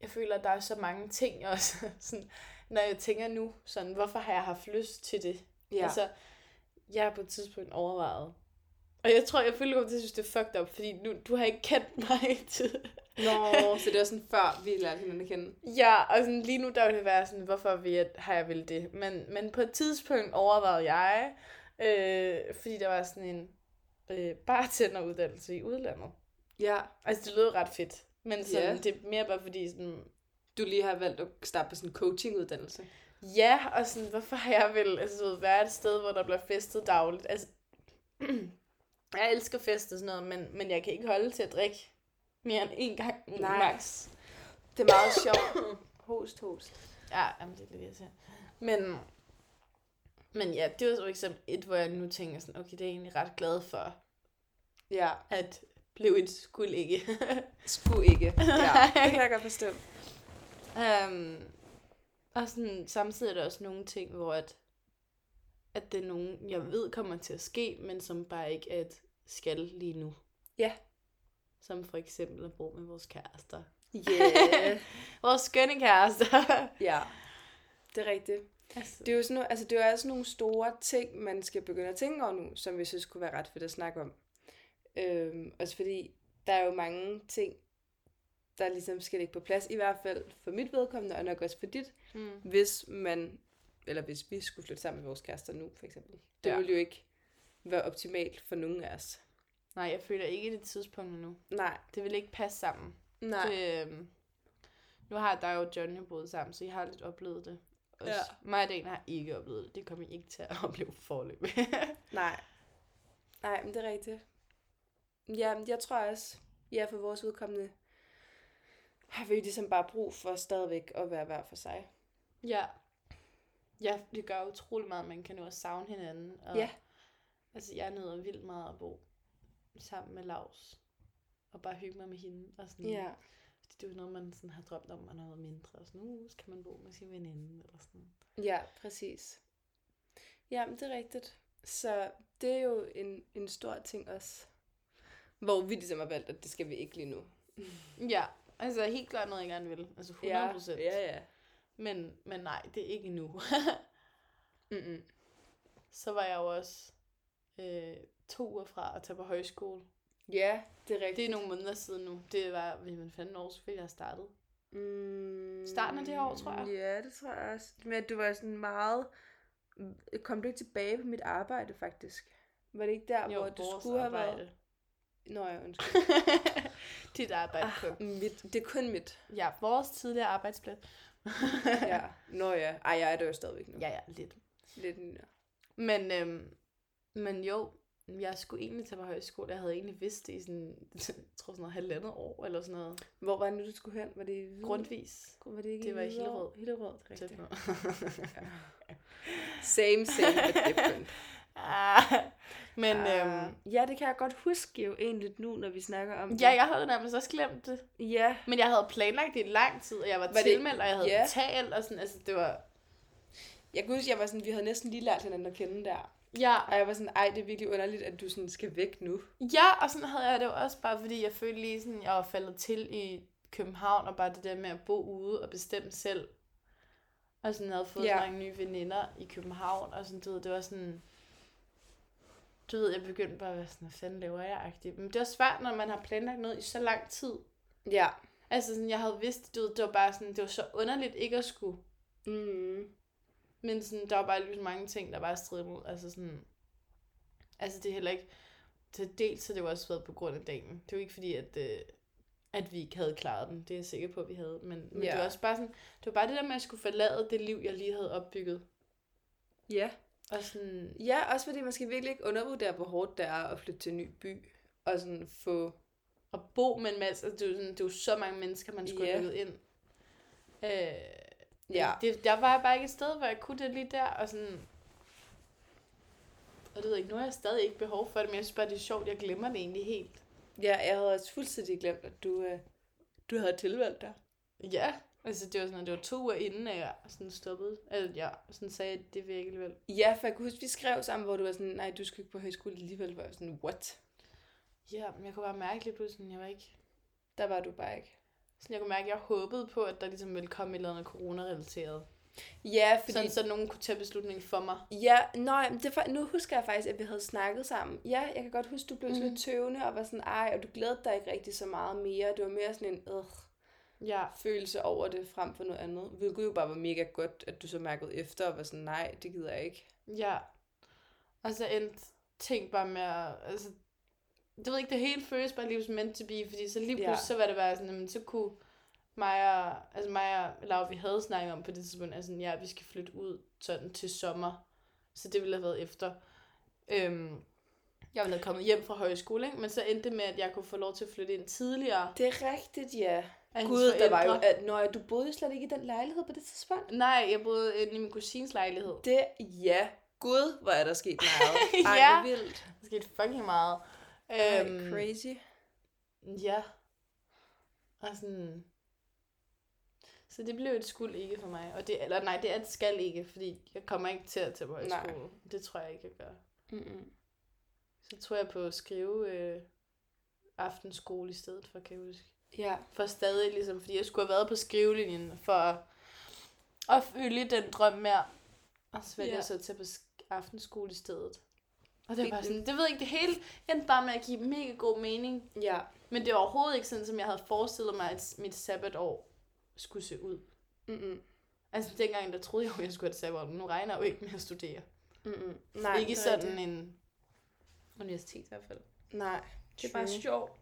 [SPEAKER 2] jeg føler, at der er så mange ting også. sådan, når jeg tænker nu, sådan, hvorfor har jeg haft lyst til det?
[SPEAKER 1] Ja.
[SPEAKER 2] Altså, jeg har på et tidspunkt overvejet. Og jeg tror, jeg føler kommer til at synes, det er fucked up, fordi nu, du har ikke kendt mig i tid.
[SPEAKER 1] Nå, så det var sådan før, vi lærte hinanden at kende.
[SPEAKER 2] Ja, og sådan, lige nu der vil det være sådan, hvorfor vil jeg, har jeg vel det? Men, men på et tidspunkt overvejede jeg, øh, fordi der var sådan en øh, bartenderuddannelse i udlandet.
[SPEAKER 1] Ja,
[SPEAKER 2] Altså, det lød ret fedt, men sådan,
[SPEAKER 1] Ja.
[SPEAKER 2] yeah. det er mere bare fordi sådan,
[SPEAKER 1] du lige har valgt at starte på sådan en coachinguddannelse.
[SPEAKER 2] Ja, og sådan, hvorfor har jeg vel altså, du ved, være et sted, hvor der bliver festet dagligt? Altså, jeg elsker fest og sådan noget, men, men jeg kan ikke holde til at drikke mere end en gang
[SPEAKER 1] Nej.
[SPEAKER 2] Nej. max.
[SPEAKER 1] Det er meget sjovt. host, host.
[SPEAKER 2] Ja, jamen, det er lidt irriterende. Men, men ja, det var så for eksempel et, hvor jeg nu tænker sådan, okay, det er jeg egentlig ret glad for,
[SPEAKER 1] Ja,
[SPEAKER 2] at blev et skuld ikke.
[SPEAKER 1] skulle ikke. Ja,
[SPEAKER 2] det
[SPEAKER 1] kan jeg godt forstå.
[SPEAKER 2] um, og sådan, samtidig er der også nogle ting, hvor at, at det er nogen, jeg ved kommer til at ske, men som bare ikke er et skal lige nu.
[SPEAKER 1] Ja.
[SPEAKER 2] Som for eksempel at bo med vores kærester.
[SPEAKER 1] Yeah.
[SPEAKER 2] Vores skønne kærester.
[SPEAKER 1] ja, det er rigtigt.
[SPEAKER 2] altså,
[SPEAKER 1] Det er jo sådan nogle, altså det er jo altså nogle store ting, man skal begynde at tænke over nu, som vi synes kunne være ret fedt at snakke om. Øhm, også fordi der er jo mange ting, der ligesom skal ligge på plads, i hvert fald for mit vedkommende, og nok også for dit,
[SPEAKER 2] mm.
[SPEAKER 1] hvis man, eller hvis vi skulle flytte sammen med vores kærester nu, for eksempel. Det
[SPEAKER 2] Ja.
[SPEAKER 1] ja. ville jo ikke være optimalt for nogen af os.
[SPEAKER 2] Nej, jeg føler ikke det tidspunkt nu.
[SPEAKER 1] Nej,
[SPEAKER 2] Det vil ikke passe sammen.
[SPEAKER 1] nej. Det,
[SPEAKER 2] Det, øhm, nu har dig og Johnny boet sammen, så I har lidt oplevet det. Også.
[SPEAKER 1] Ja.
[SPEAKER 2] Ja. Mig og Dan har ikke oplevet det. Det kommer I ikke til at opleve forløb.
[SPEAKER 1] nej. Nej, men det er rigtigt. Ja, men jeg tror også, ja, for vores udkommende har vi jo ligesom bare brug for stadigvæk at være hver for sig.
[SPEAKER 2] ja. Ja, det gør utrolig meget. Man kan jo også savne hinanden. Og,
[SPEAKER 1] Ja.
[SPEAKER 2] Altså, jeg nyder vildt meget at bo sammen med Lars. Og bare hygge mig med hende. Og sådan,
[SPEAKER 1] Ja.
[SPEAKER 2] Fordi det er jo noget, man sådan har drømt om, og noget mindre. Og sådan, uh, så kan man bo med sin veninde. Eller sådan.
[SPEAKER 1] Ja, præcis. Jamen, det er rigtigt. Så det er jo en, en stor ting også. Hvor vi ligesom har valgt, at det skal vi ikke lige nu.
[SPEAKER 2] Ja, altså helt klart noget, jeg gerne vil. Altså 100%.
[SPEAKER 1] Ja, ja. ja.
[SPEAKER 2] Men, men nej, det er ikke nu.
[SPEAKER 1] Mm-mm.
[SPEAKER 2] så var jeg jo også øh, to uger fra at tage på højskole.
[SPEAKER 1] Ja, det er rigtigt.
[SPEAKER 2] Det er nogle måneder siden nu. Det var, hvad fanden år, så fik jeg startet.
[SPEAKER 1] Mm,
[SPEAKER 2] Starten af det her år, tror jeg.
[SPEAKER 1] Ja, det tror jeg også. Men du var sådan meget... Kom du ikke tilbage på mit arbejde, faktisk? Var det ikke der, hvor du skulle have været? Nå, jeg ønsker.
[SPEAKER 2] Dit arbejde ah.
[SPEAKER 1] mit, det er kun mit.
[SPEAKER 2] Ja, vores tidligere arbejdsplads.
[SPEAKER 1] Ja. Nå ja. Ej, jeg er der jo stadigvæk nu.
[SPEAKER 2] ja, ja, lidt.
[SPEAKER 1] Lidt nyere.
[SPEAKER 2] Men, øhm, men jo, jeg skulle egentlig tage på højskole. Jeg havde egentlig vidst det i sådan, jeg tror sådan noget halvandet år, eller sådan noget.
[SPEAKER 1] Hvor var det nu, du skulle hen? Var det i Hvide-
[SPEAKER 2] Grundvis.
[SPEAKER 1] Var det ikke
[SPEAKER 2] Det var i
[SPEAKER 1] Hvidovre?
[SPEAKER 2] Hillerød.
[SPEAKER 1] Hillerød, det er
[SPEAKER 2] Tæt
[SPEAKER 1] rigtigt.
[SPEAKER 2] på.
[SPEAKER 1] Same, same, but different.
[SPEAKER 2] Ah, men
[SPEAKER 1] Ah.
[SPEAKER 2] øhm,
[SPEAKER 1] ja, det kan jeg godt huske jo egentlig nu, når vi snakker om
[SPEAKER 2] ja, jeg havde nærmest også glemt det.
[SPEAKER 1] Ja,
[SPEAKER 2] Men jeg havde planlagt det i lang tid, og jeg var,
[SPEAKER 1] det-
[SPEAKER 2] var tilmeldt, og jeg havde
[SPEAKER 1] Ja.
[SPEAKER 2] yeah. betalt, og sådan, altså det var...
[SPEAKER 1] jeg kan huske, jeg var sådan, vi havde næsten lige lært hinanden at kende der.
[SPEAKER 2] Ja,
[SPEAKER 1] Og jeg var sådan, ej, det er virkelig underligt, at du sådan skal væk nu.
[SPEAKER 2] ja, og sådan havde jeg det jo også bare, fordi jeg følte lige sådan, jeg var faldet til i København, og bare det der med at bo ude og bestemme selv. Og sådan havde fået
[SPEAKER 1] Ja.
[SPEAKER 2] yeah. mange nye veninder i København, og sådan, du ved, det var sådan... Du ved, jeg begyndte bare at være sådan, hvad fanden laver jeg? -agtig. Men det er også svært, når man har planlagt noget i så lang tid.
[SPEAKER 1] Ja.
[SPEAKER 2] Altså sådan, jeg havde vidst, du ved, det var bare sådan, det var så underligt ikke at skulle
[SPEAKER 1] Mm.
[SPEAKER 2] Men sådan, der var bare lidt mange ting, der bare strid imod. Altså sådan... Altså det er heller ikke... Til dels har det jo også været på grund af dagen. Det er jo ikke fordi, at, øh, at vi ikke havde klaret den. Det er jeg sikker på, at vi havde. Men, men ja. det
[SPEAKER 1] Ja.
[SPEAKER 2] var også bare sådan... Det var bare det der med, at jeg skulle forlade det liv, jeg lige havde opbygget.
[SPEAKER 1] Ja.
[SPEAKER 2] Og sådan...
[SPEAKER 1] ja, også fordi man skal virkelig ikke undervurdere, hvor hårdt det er at flytte til en ny by. Og sådan få...
[SPEAKER 2] At bo med en masse... Altså, det er jo sådan, det er jo så mange mennesker, man skulle
[SPEAKER 1] Ja.
[SPEAKER 2] have lukket ind. Øh,
[SPEAKER 1] Ja.
[SPEAKER 2] Det, der var jeg bare ikke et sted, hvor jeg kunne det lige der, og sådan... Og det ved jeg ikke, nu har jeg stadig ikke behov for det, men jeg synes bare, det er sjovt, jeg glemmer det egentlig helt.
[SPEAKER 1] Ja, jeg havde også fuldstændig glemt, at du, øh, du havde tilvalgt dig.
[SPEAKER 2] Ja, altså det var sådan, at det var to uger inden, at jeg sådan stoppede, eller ja, sådan sagde, at det vil jeg ikke alligevel.
[SPEAKER 1] Ja, for jeg kan huske, vi skrev sammen, hvor du var sådan, nej, du skal ikke på højskole alligevel. Hvor jeg var sådan, what?
[SPEAKER 2] Ja, men jeg kunne bare mærke lige pludselig, at jeg var ikke...
[SPEAKER 1] Der var du bare ikke.
[SPEAKER 2] Sådan, jeg kunne mærke, at jeg håbede på, at der ligesom ville komme et eller andet corona-relateret.
[SPEAKER 1] Ja, fordi...
[SPEAKER 2] Sådan, så nogen kunne tage beslutningen for mig.
[SPEAKER 1] Ja, nej, det for, nu husker jeg faktisk, at vi havde snakket sammen. Ja, jeg kan godt huske, du blev sådan
[SPEAKER 2] Mhm.
[SPEAKER 1] lidt tøvende og var sådan, ej, og du glædede dig ikke rigtig så meget mere. Det var mere sådan en øh,
[SPEAKER 2] Ja.
[SPEAKER 1] følelse over det frem for noget andet. Hvilket jo bare var mega godt, at du så mærkede efter og var sådan, nej, det gider jeg ikke.
[SPEAKER 2] Ja. Og så endte ting bare med at, altså, det ved ikke, det hele føles bare lige som meant to be, fordi så lige
[SPEAKER 1] Ja.
[SPEAKER 2] pludselig, så var det bare sådan, jamen, så kunne mig og, altså mig og Laura, vi havde snakket om på det tidspunkt, altså, ja, vi skal flytte ud sådan til sommer, så det ville have været efter. Øhm, jeg ville have kommet hjem fra højskole, ikke? men så endte det med, at jeg kunne få lov til at flytte ind tidligere.
[SPEAKER 1] Det er rigtigt, ja.
[SPEAKER 2] af hendes
[SPEAKER 1] Gud, der var jo,
[SPEAKER 2] forældre.
[SPEAKER 1] at når du boede jo slet ikke i den lejlighed på det tidspunkt.
[SPEAKER 2] Nej, jeg boede inde i min kusins lejlighed.
[SPEAKER 1] Det, ja. Gud, hvor er der sket meget. Ej,
[SPEAKER 2] Ja.
[SPEAKER 1] ja. vildt.
[SPEAKER 2] Der skete fucking meget.
[SPEAKER 1] Ej,
[SPEAKER 2] Øhm,
[SPEAKER 1] crazy.
[SPEAKER 2] Ja. Og sådan... Så det blev et skuld ikke for mig. Og det, eller nej, det er et skal ikke, fordi jeg kommer ikke til at tage på
[SPEAKER 1] Nej.
[SPEAKER 2] højskole. Det tror jeg ikke, jeg gør.
[SPEAKER 1] Mm-mm.
[SPEAKER 2] Så tror jeg på at skrive øh, aftenskole i stedet for, kan jeg huske.
[SPEAKER 1] Ja.
[SPEAKER 2] For stadig ligesom, fordi jeg skulle have været på skrivelinjen for at, at følge den drøm mere. Og så valgte
[SPEAKER 1] Ja.
[SPEAKER 2] jeg så at tage på sk- aftenskole i stedet. Og det var bare
[SPEAKER 1] Fint.
[SPEAKER 2] sådan, det ved jeg ikke, det hele endte bare med at give mega god mening.
[SPEAKER 1] Ja.
[SPEAKER 2] Men det er overhovedet ikke sådan, som jeg havde forestillet mig, at mit sabbatår skulle se ud.
[SPEAKER 1] Mm-mm.
[SPEAKER 2] Altså dengang, der troede jeg jo, jeg skulle have et sabbatår, men nu regner jeg jo ikke med at studere.
[SPEAKER 1] Mm-mm.
[SPEAKER 2] Nej,
[SPEAKER 1] Nej,
[SPEAKER 2] ikke
[SPEAKER 1] det er
[SPEAKER 2] sådan
[SPEAKER 1] rigtigt.
[SPEAKER 2] en universitet i hvert fald.
[SPEAKER 1] Nej.
[SPEAKER 2] Det er bare
[SPEAKER 1] sjovt.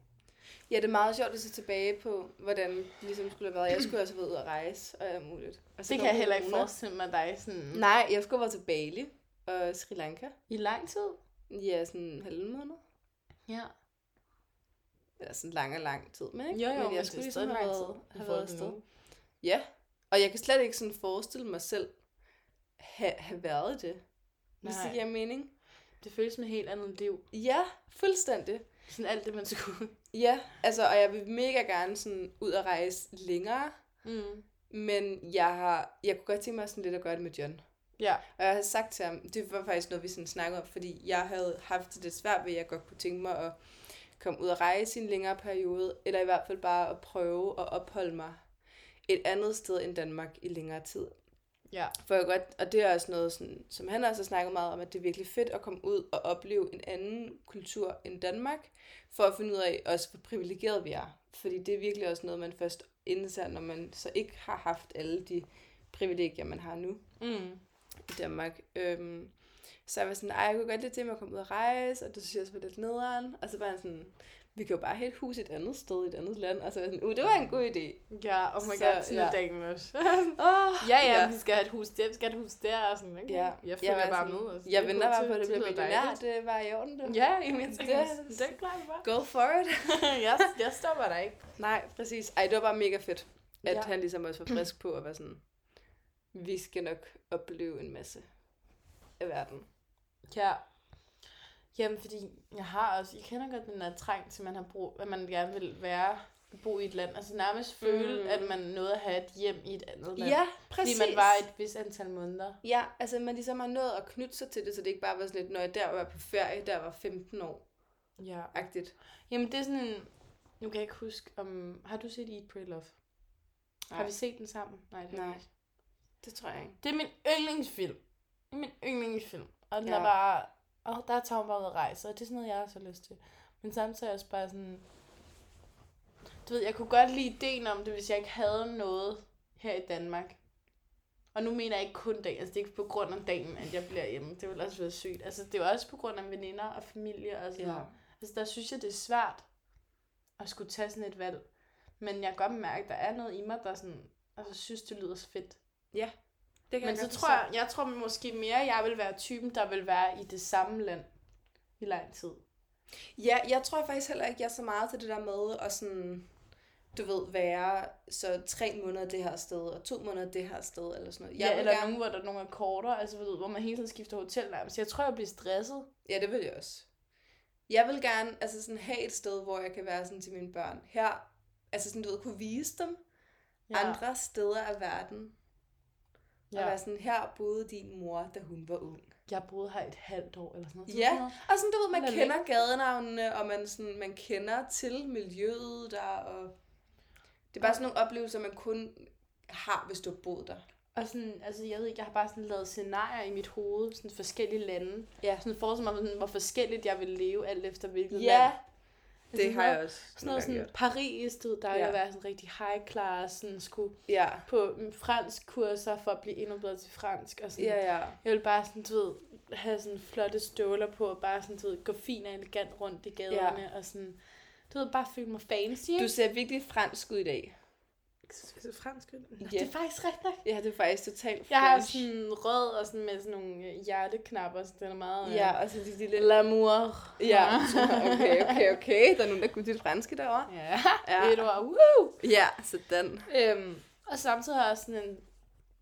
[SPEAKER 1] Ja, det er meget sjovt at se tilbage på, hvordan det ligesom skulle have været. Jeg skulle også have været ude at rejse og alt muligt. Og
[SPEAKER 2] Så
[SPEAKER 1] så
[SPEAKER 2] det
[SPEAKER 1] kom
[SPEAKER 2] kan jeg heller ikke
[SPEAKER 1] corona.
[SPEAKER 2] forestille mig dig sådan
[SPEAKER 1] Nej, jeg skulle have været til Bali og Sri Lanka.
[SPEAKER 2] i lang tid.
[SPEAKER 1] Ja, sådan en halv måned.
[SPEAKER 2] Ja.
[SPEAKER 1] Eller sådan lang og lang tid med, ikke?
[SPEAKER 2] Jo, jo,
[SPEAKER 1] men jeg
[SPEAKER 2] men det
[SPEAKER 1] skulle
[SPEAKER 2] er
[SPEAKER 1] ligesom
[SPEAKER 2] stadig
[SPEAKER 1] have
[SPEAKER 2] lang
[SPEAKER 1] været,
[SPEAKER 2] tid
[SPEAKER 1] have
[SPEAKER 2] i
[SPEAKER 1] været
[SPEAKER 2] forhold til
[SPEAKER 1] afsted.
[SPEAKER 2] nu.
[SPEAKER 1] Ja, og jeg kan slet ikke sådan forestille mig selv have, have været i det. Hvis
[SPEAKER 2] Nej.
[SPEAKER 1] det giver mening.
[SPEAKER 2] Det føles som et helt andet liv.
[SPEAKER 1] Ja, fuldstændig.
[SPEAKER 2] Sådan alt det, man skulle.
[SPEAKER 1] Ja, altså, og jeg vil mega gerne sådan ud og rejse længere.
[SPEAKER 2] Mm.
[SPEAKER 1] Men jeg, har, jeg kunne godt tænke mig sådan lidt at gøre det med John.
[SPEAKER 2] Ja.
[SPEAKER 1] Og jeg har sagt til ham, det var faktisk noget, vi sådan snakkede om, fordi jeg havde haft det lidt svært ved, at jeg godt kunne tænke mig at komme ud og rejse i en længere periode, eller i hvert fald bare at prøve at opholde mig et andet sted end Danmark i længere tid.
[SPEAKER 2] Ja.
[SPEAKER 1] For jeg godt, og det er også noget, sådan, som han også har snakket meget om, at det er virkelig fedt at komme ud og opleve en anden kultur end Danmark, for at finde ud af også, hvor privilegeret vi er. Fordi det er virkelig også noget, man først indser, når man så ikke har haft alle de privilegier, man har nu
[SPEAKER 2] Mm.
[SPEAKER 1] i Danmark. Øhm, så jeg var sådan, ej, jeg kunne godt lide det med at komme ud og rejse, og det synes jeg også var lidt nederen. Og så var han sådan, vi kan jo bare have et hus et andet sted i et andet land. Og så var jeg sådan, uh, det var en god idé.
[SPEAKER 2] Ja, oh my
[SPEAKER 1] Så,
[SPEAKER 2] god, sådan
[SPEAKER 1] ja.
[SPEAKER 2] ja. dagen også.
[SPEAKER 1] Oh,
[SPEAKER 2] ja, ja, vi skal have et hus der, vi skal have et hus der, og sådan, okay.
[SPEAKER 1] Ja.
[SPEAKER 2] Jeg følger
[SPEAKER 1] var
[SPEAKER 2] bare
[SPEAKER 1] sådan,
[SPEAKER 2] med. Altså,
[SPEAKER 1] Jeg
[SPEAKER 2] det
[SPEAKER 1] venter
[SPEAKER 2] lyder
[SPEAKER 1] bare
[SPEAKER 2] til-
[SPEAKER 1] på, at det bliver
[SPEAKER 2] lyder
[SPEAKER 1] millionær.
[SPEAKER 2] dejligt.
[SPEAKER 1] Det var i orden, du.
[SPEAKER 2] Ja, jamen, jeg tænker,
[SPEAKER 1] Det-
[SPEAKER 2] det, det klarer vi bare.
[SPEAKER 1] Go for it.
[SPEAKER 2] jeg, jeg stopper dig ikke.
[SPEAKER 1] Nej, præcis. Ej, det var bare mega fedt, at
[SPEAKER 2] Ja.
[SPEAKER 1] ja. han ligesom også var frisk på at være sådan, vi skal nok opleve en masse af verden.
[SPEAKER 2] Ja. Jamen, fordi jeg har også, jeg kender godt den der trang til, man har brug, at man gerne vil være, bo i et land. Altså nærmest føle,
[SPEAKER 1] Mm.
[SPEAKER 2] at man nåede at have et hjem i et andet land.
[SPEAKER 1] Ja,
[SPEAKER 2] fordi
[SPEAKER 1] præcis.
[SPEAKER 2] man var et vist antal måneder.
[SPEAKER 1] Ja, altså man ligesom har nået at knytte sig til det, så det ikke bare var sådan lidt, når jeg der var på ferie, der var 15 år.
[SPEAKER 2] Ja.
[SPEAKER 1] Agtigt.
[SPEAKER 2] Jamen, det er sådan en, nu kan jeg ikke huske, om, har du set Eat, Pray, Love? Nej. Har
[SPEAKER 1] Nej.
[SPEAKER 2] vi set den sammen? Nej, det har vi
[SPEAKER 1] Nej.
[SPEAKER 2] ikke.
[SPEAKER 1] Det tror jeg ikke.
[SPEAKER 2] Det er min yndlingsfilm. Det er min yndlingsfilm. Og den ja.
[SPEAKER 1] Ja.
[SPEAKER 2] er bare... Og der er Tom bare ude at rejse, og det er sådan noget, jeg også har lyst til. Men samtidig er jeg også bare sådan... Du ved, jeg kunne godt lide ideen om det, hvis jeg ikke havde noget her i Danmark. Og nu mener jeg ikke kun dagen, altså det er ikke på grund af dagen, at jeg bliver hjemme. Det ville også være sygt. Altså det er jo også på grund af veninder og familie og sådan
[SPEAKER 1] Ja.
[SPEAKER 2] noget. Altså der synes jeg, det er svært at skulle tage sådan et valg. Men jeg kan godt mærke, at der er noget i mig, der sådan, altså synes, det lyder så fedt.
[SPEAKER 1] Det
[SPEAKER 2] Men så
[SPEAKER 1] godt
[SPEAKER 2] tror jeg, jeg tror måske mere, jeg vil være typen, der vil være i det samme land i lang tid.
[SPEAKER 1] forstå. Ja, jeg tror faktisk heller ikke, jeg er så meget til det der med at sådan, du ved, være så tre måneder det her sted, og to måneder det her sted, eller sådan noget. Jeg
[SPEAKER 2] ja,
[SPEAKER 1] vil
[SPEAKER 2] eller
[SPEAKER 1] gerne...
[SPEAKER 2] nogen, hvor der nogen er kortere, altså ved, du, hvor man hele tiden skifter hotel nærmest. Jeg tror, jeg bliver stresset.
[SPEAKER 1] Ja, det vil jeg også. Jeg vil gerne altså sådan, have et sted, hvor jeg kan være sådan til mine børn. Her, altså sådan, du ved, kunne vise dem ja. andre steder af verden. Ja. Og
[SPEAKER 2] Ja.
[SPEAKER 1] være sådan, her boede din mor, da hun var ung.
[SPEAKER 2] Jeg boede her i et halvt år eller sådan noget.
[SPEAKER 1] Ja, og sådan, du ved, man
[SPEAKER 2] Eller
[SPEAKER 1] kender gadenavnene, og man, sådan, man kender til miljøet der, og det er bare sådan nogle oplevelser, man kun har, hvis du har boet der.
[SPEAKER 2] Og sådan, altså jeg ved ikke, jeg har bare sådan lavet scenarier i mit hoved, sådan forskellige lande.
[SPEAKER 1] Ja.
[SPEAKER 2] Sådan forestiller mig, sådan, hvor forskelligt jeg vil leve, alt efter hvilket
[SPEAKER 1] Ja,
[SPEAKER 2] land. Altså,
[SPEAKER 1] Det
[SPEAKER 2] sådan
[SPEAKER 1] har
[SPEAKER 2] noget-
[SPEAKER 1] jeg også
[SPEAKER 2] Sådan noget sådan
[SPEAKER 1] gjort.
[SPEAKER 2] Paris, du ved, der ja.
[SPEAKER 1] Ja.
[SPEAKER 2] at være sådan rigtig high class, sådan skulle
[SPEAKER 1] Ja,
[SPEAKER 2] på mm, fransk kurser for at blive endnu bedre til fransk. Og sådan.
[SPEAKER 1] ja, ja.
[SPEAKER 2] Jeg ville bare sådan, du ved, have sådan flotte støvler på, og bare sådan, du ved, gå fin og elegant rundt i gaderne, ja. og sådan, du ved, bare føle mig fancy.
[SPEAKER 1] Du ser virkelig fransk ud i dag.
[SPEAKER 2] Du... Fransk, yeah.
[SPEAKER 1] Ja.
[SPEAKER 2] Altså, Det er faktisk rigtigt nok.
[SPEAKER 1] Ja, det er faktisk totalt
[SPEAKER 2] Jeg har
[SPEAKER 1] French.
[SPEAKER 2] sådan rød og sådan med sådan nogle øh, hjerteknapper, så den er meget... øh,
[SPEAKER 1] Ja, og så de lille...
[SPEAKER 2] L'amour.
[SPEAKER 1] Ja, okay, okay, okay. Der er nogen, der kunne dit franske derovre.
[SPEAKER 2] Ja,
[SPEAKER 1] Ja.
[SPEAKER 2] et ord. Woo!
[SPEAKER 1] Ja, sådan.
[SPEAKER 2] Øhm, og samtidig har jeg også sådan en...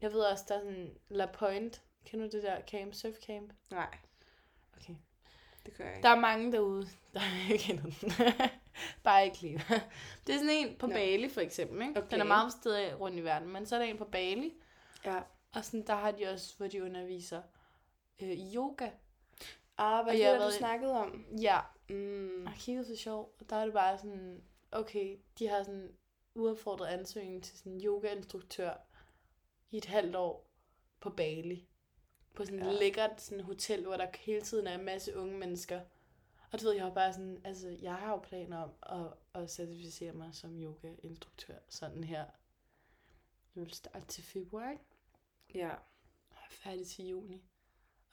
[SPEAKER 2] Jeg ved også, der er sådan La Point. Kender du det der camp, surf camp?
[SPEAKER 1] Nej,
[SPEAKER 2] Okay.
[SPEAKER 1] det gør jeg ikke.
[SPEAKER 2] Der er mange derude, der ikke kender den. Bare ikke lige. Det er sådan en på
[SPEAKER 1] Nå.
[SPEAKER 2] Bali, for eksempel. Ikke?
[SPEAKER 1] Okay.
[SPEAKER 2] Den er meget sted rundt i verden, men så er der en på Bali.
[SPEAKER 1] Ja.
[SPEAKER 2] Og sådan, der har de også, hvor de underviser øh, i yoga.
[SPEAKER 1] Ah, hvad
[SPEAKER 2] Og
[SPEAKER 1] er
[SPEAKER 2] jeg har
[SPEAKER 1] det, du
[SPEAKER 2] været-
[SPEAKER 1] snakkede om?
[SPEAKER 2] Ja,
[SPEAKER 1] Mm.
[SPEAKER 2] og jeg kiggede så sjov, og der er det bare sådan, okay, de har sådan uopfordret ansøgning til sådan en yogainstruktør i et halvt år på Bali. På sådan et
[SPEAKER 1] Ja.
[SPEAKER 2] ja. lækkert sådan hotel, hvor der hele tiden er en masse unge mennesker. Og du ved, jeg var bare sådan, altså, jeg har jo planer om at, at certificere mig som yogainstruktør sådan her. Jeg vil starte til februar, ikke?
[SPEAKER 1] Ja.
[SPEAKER 2] og er færdig til juni.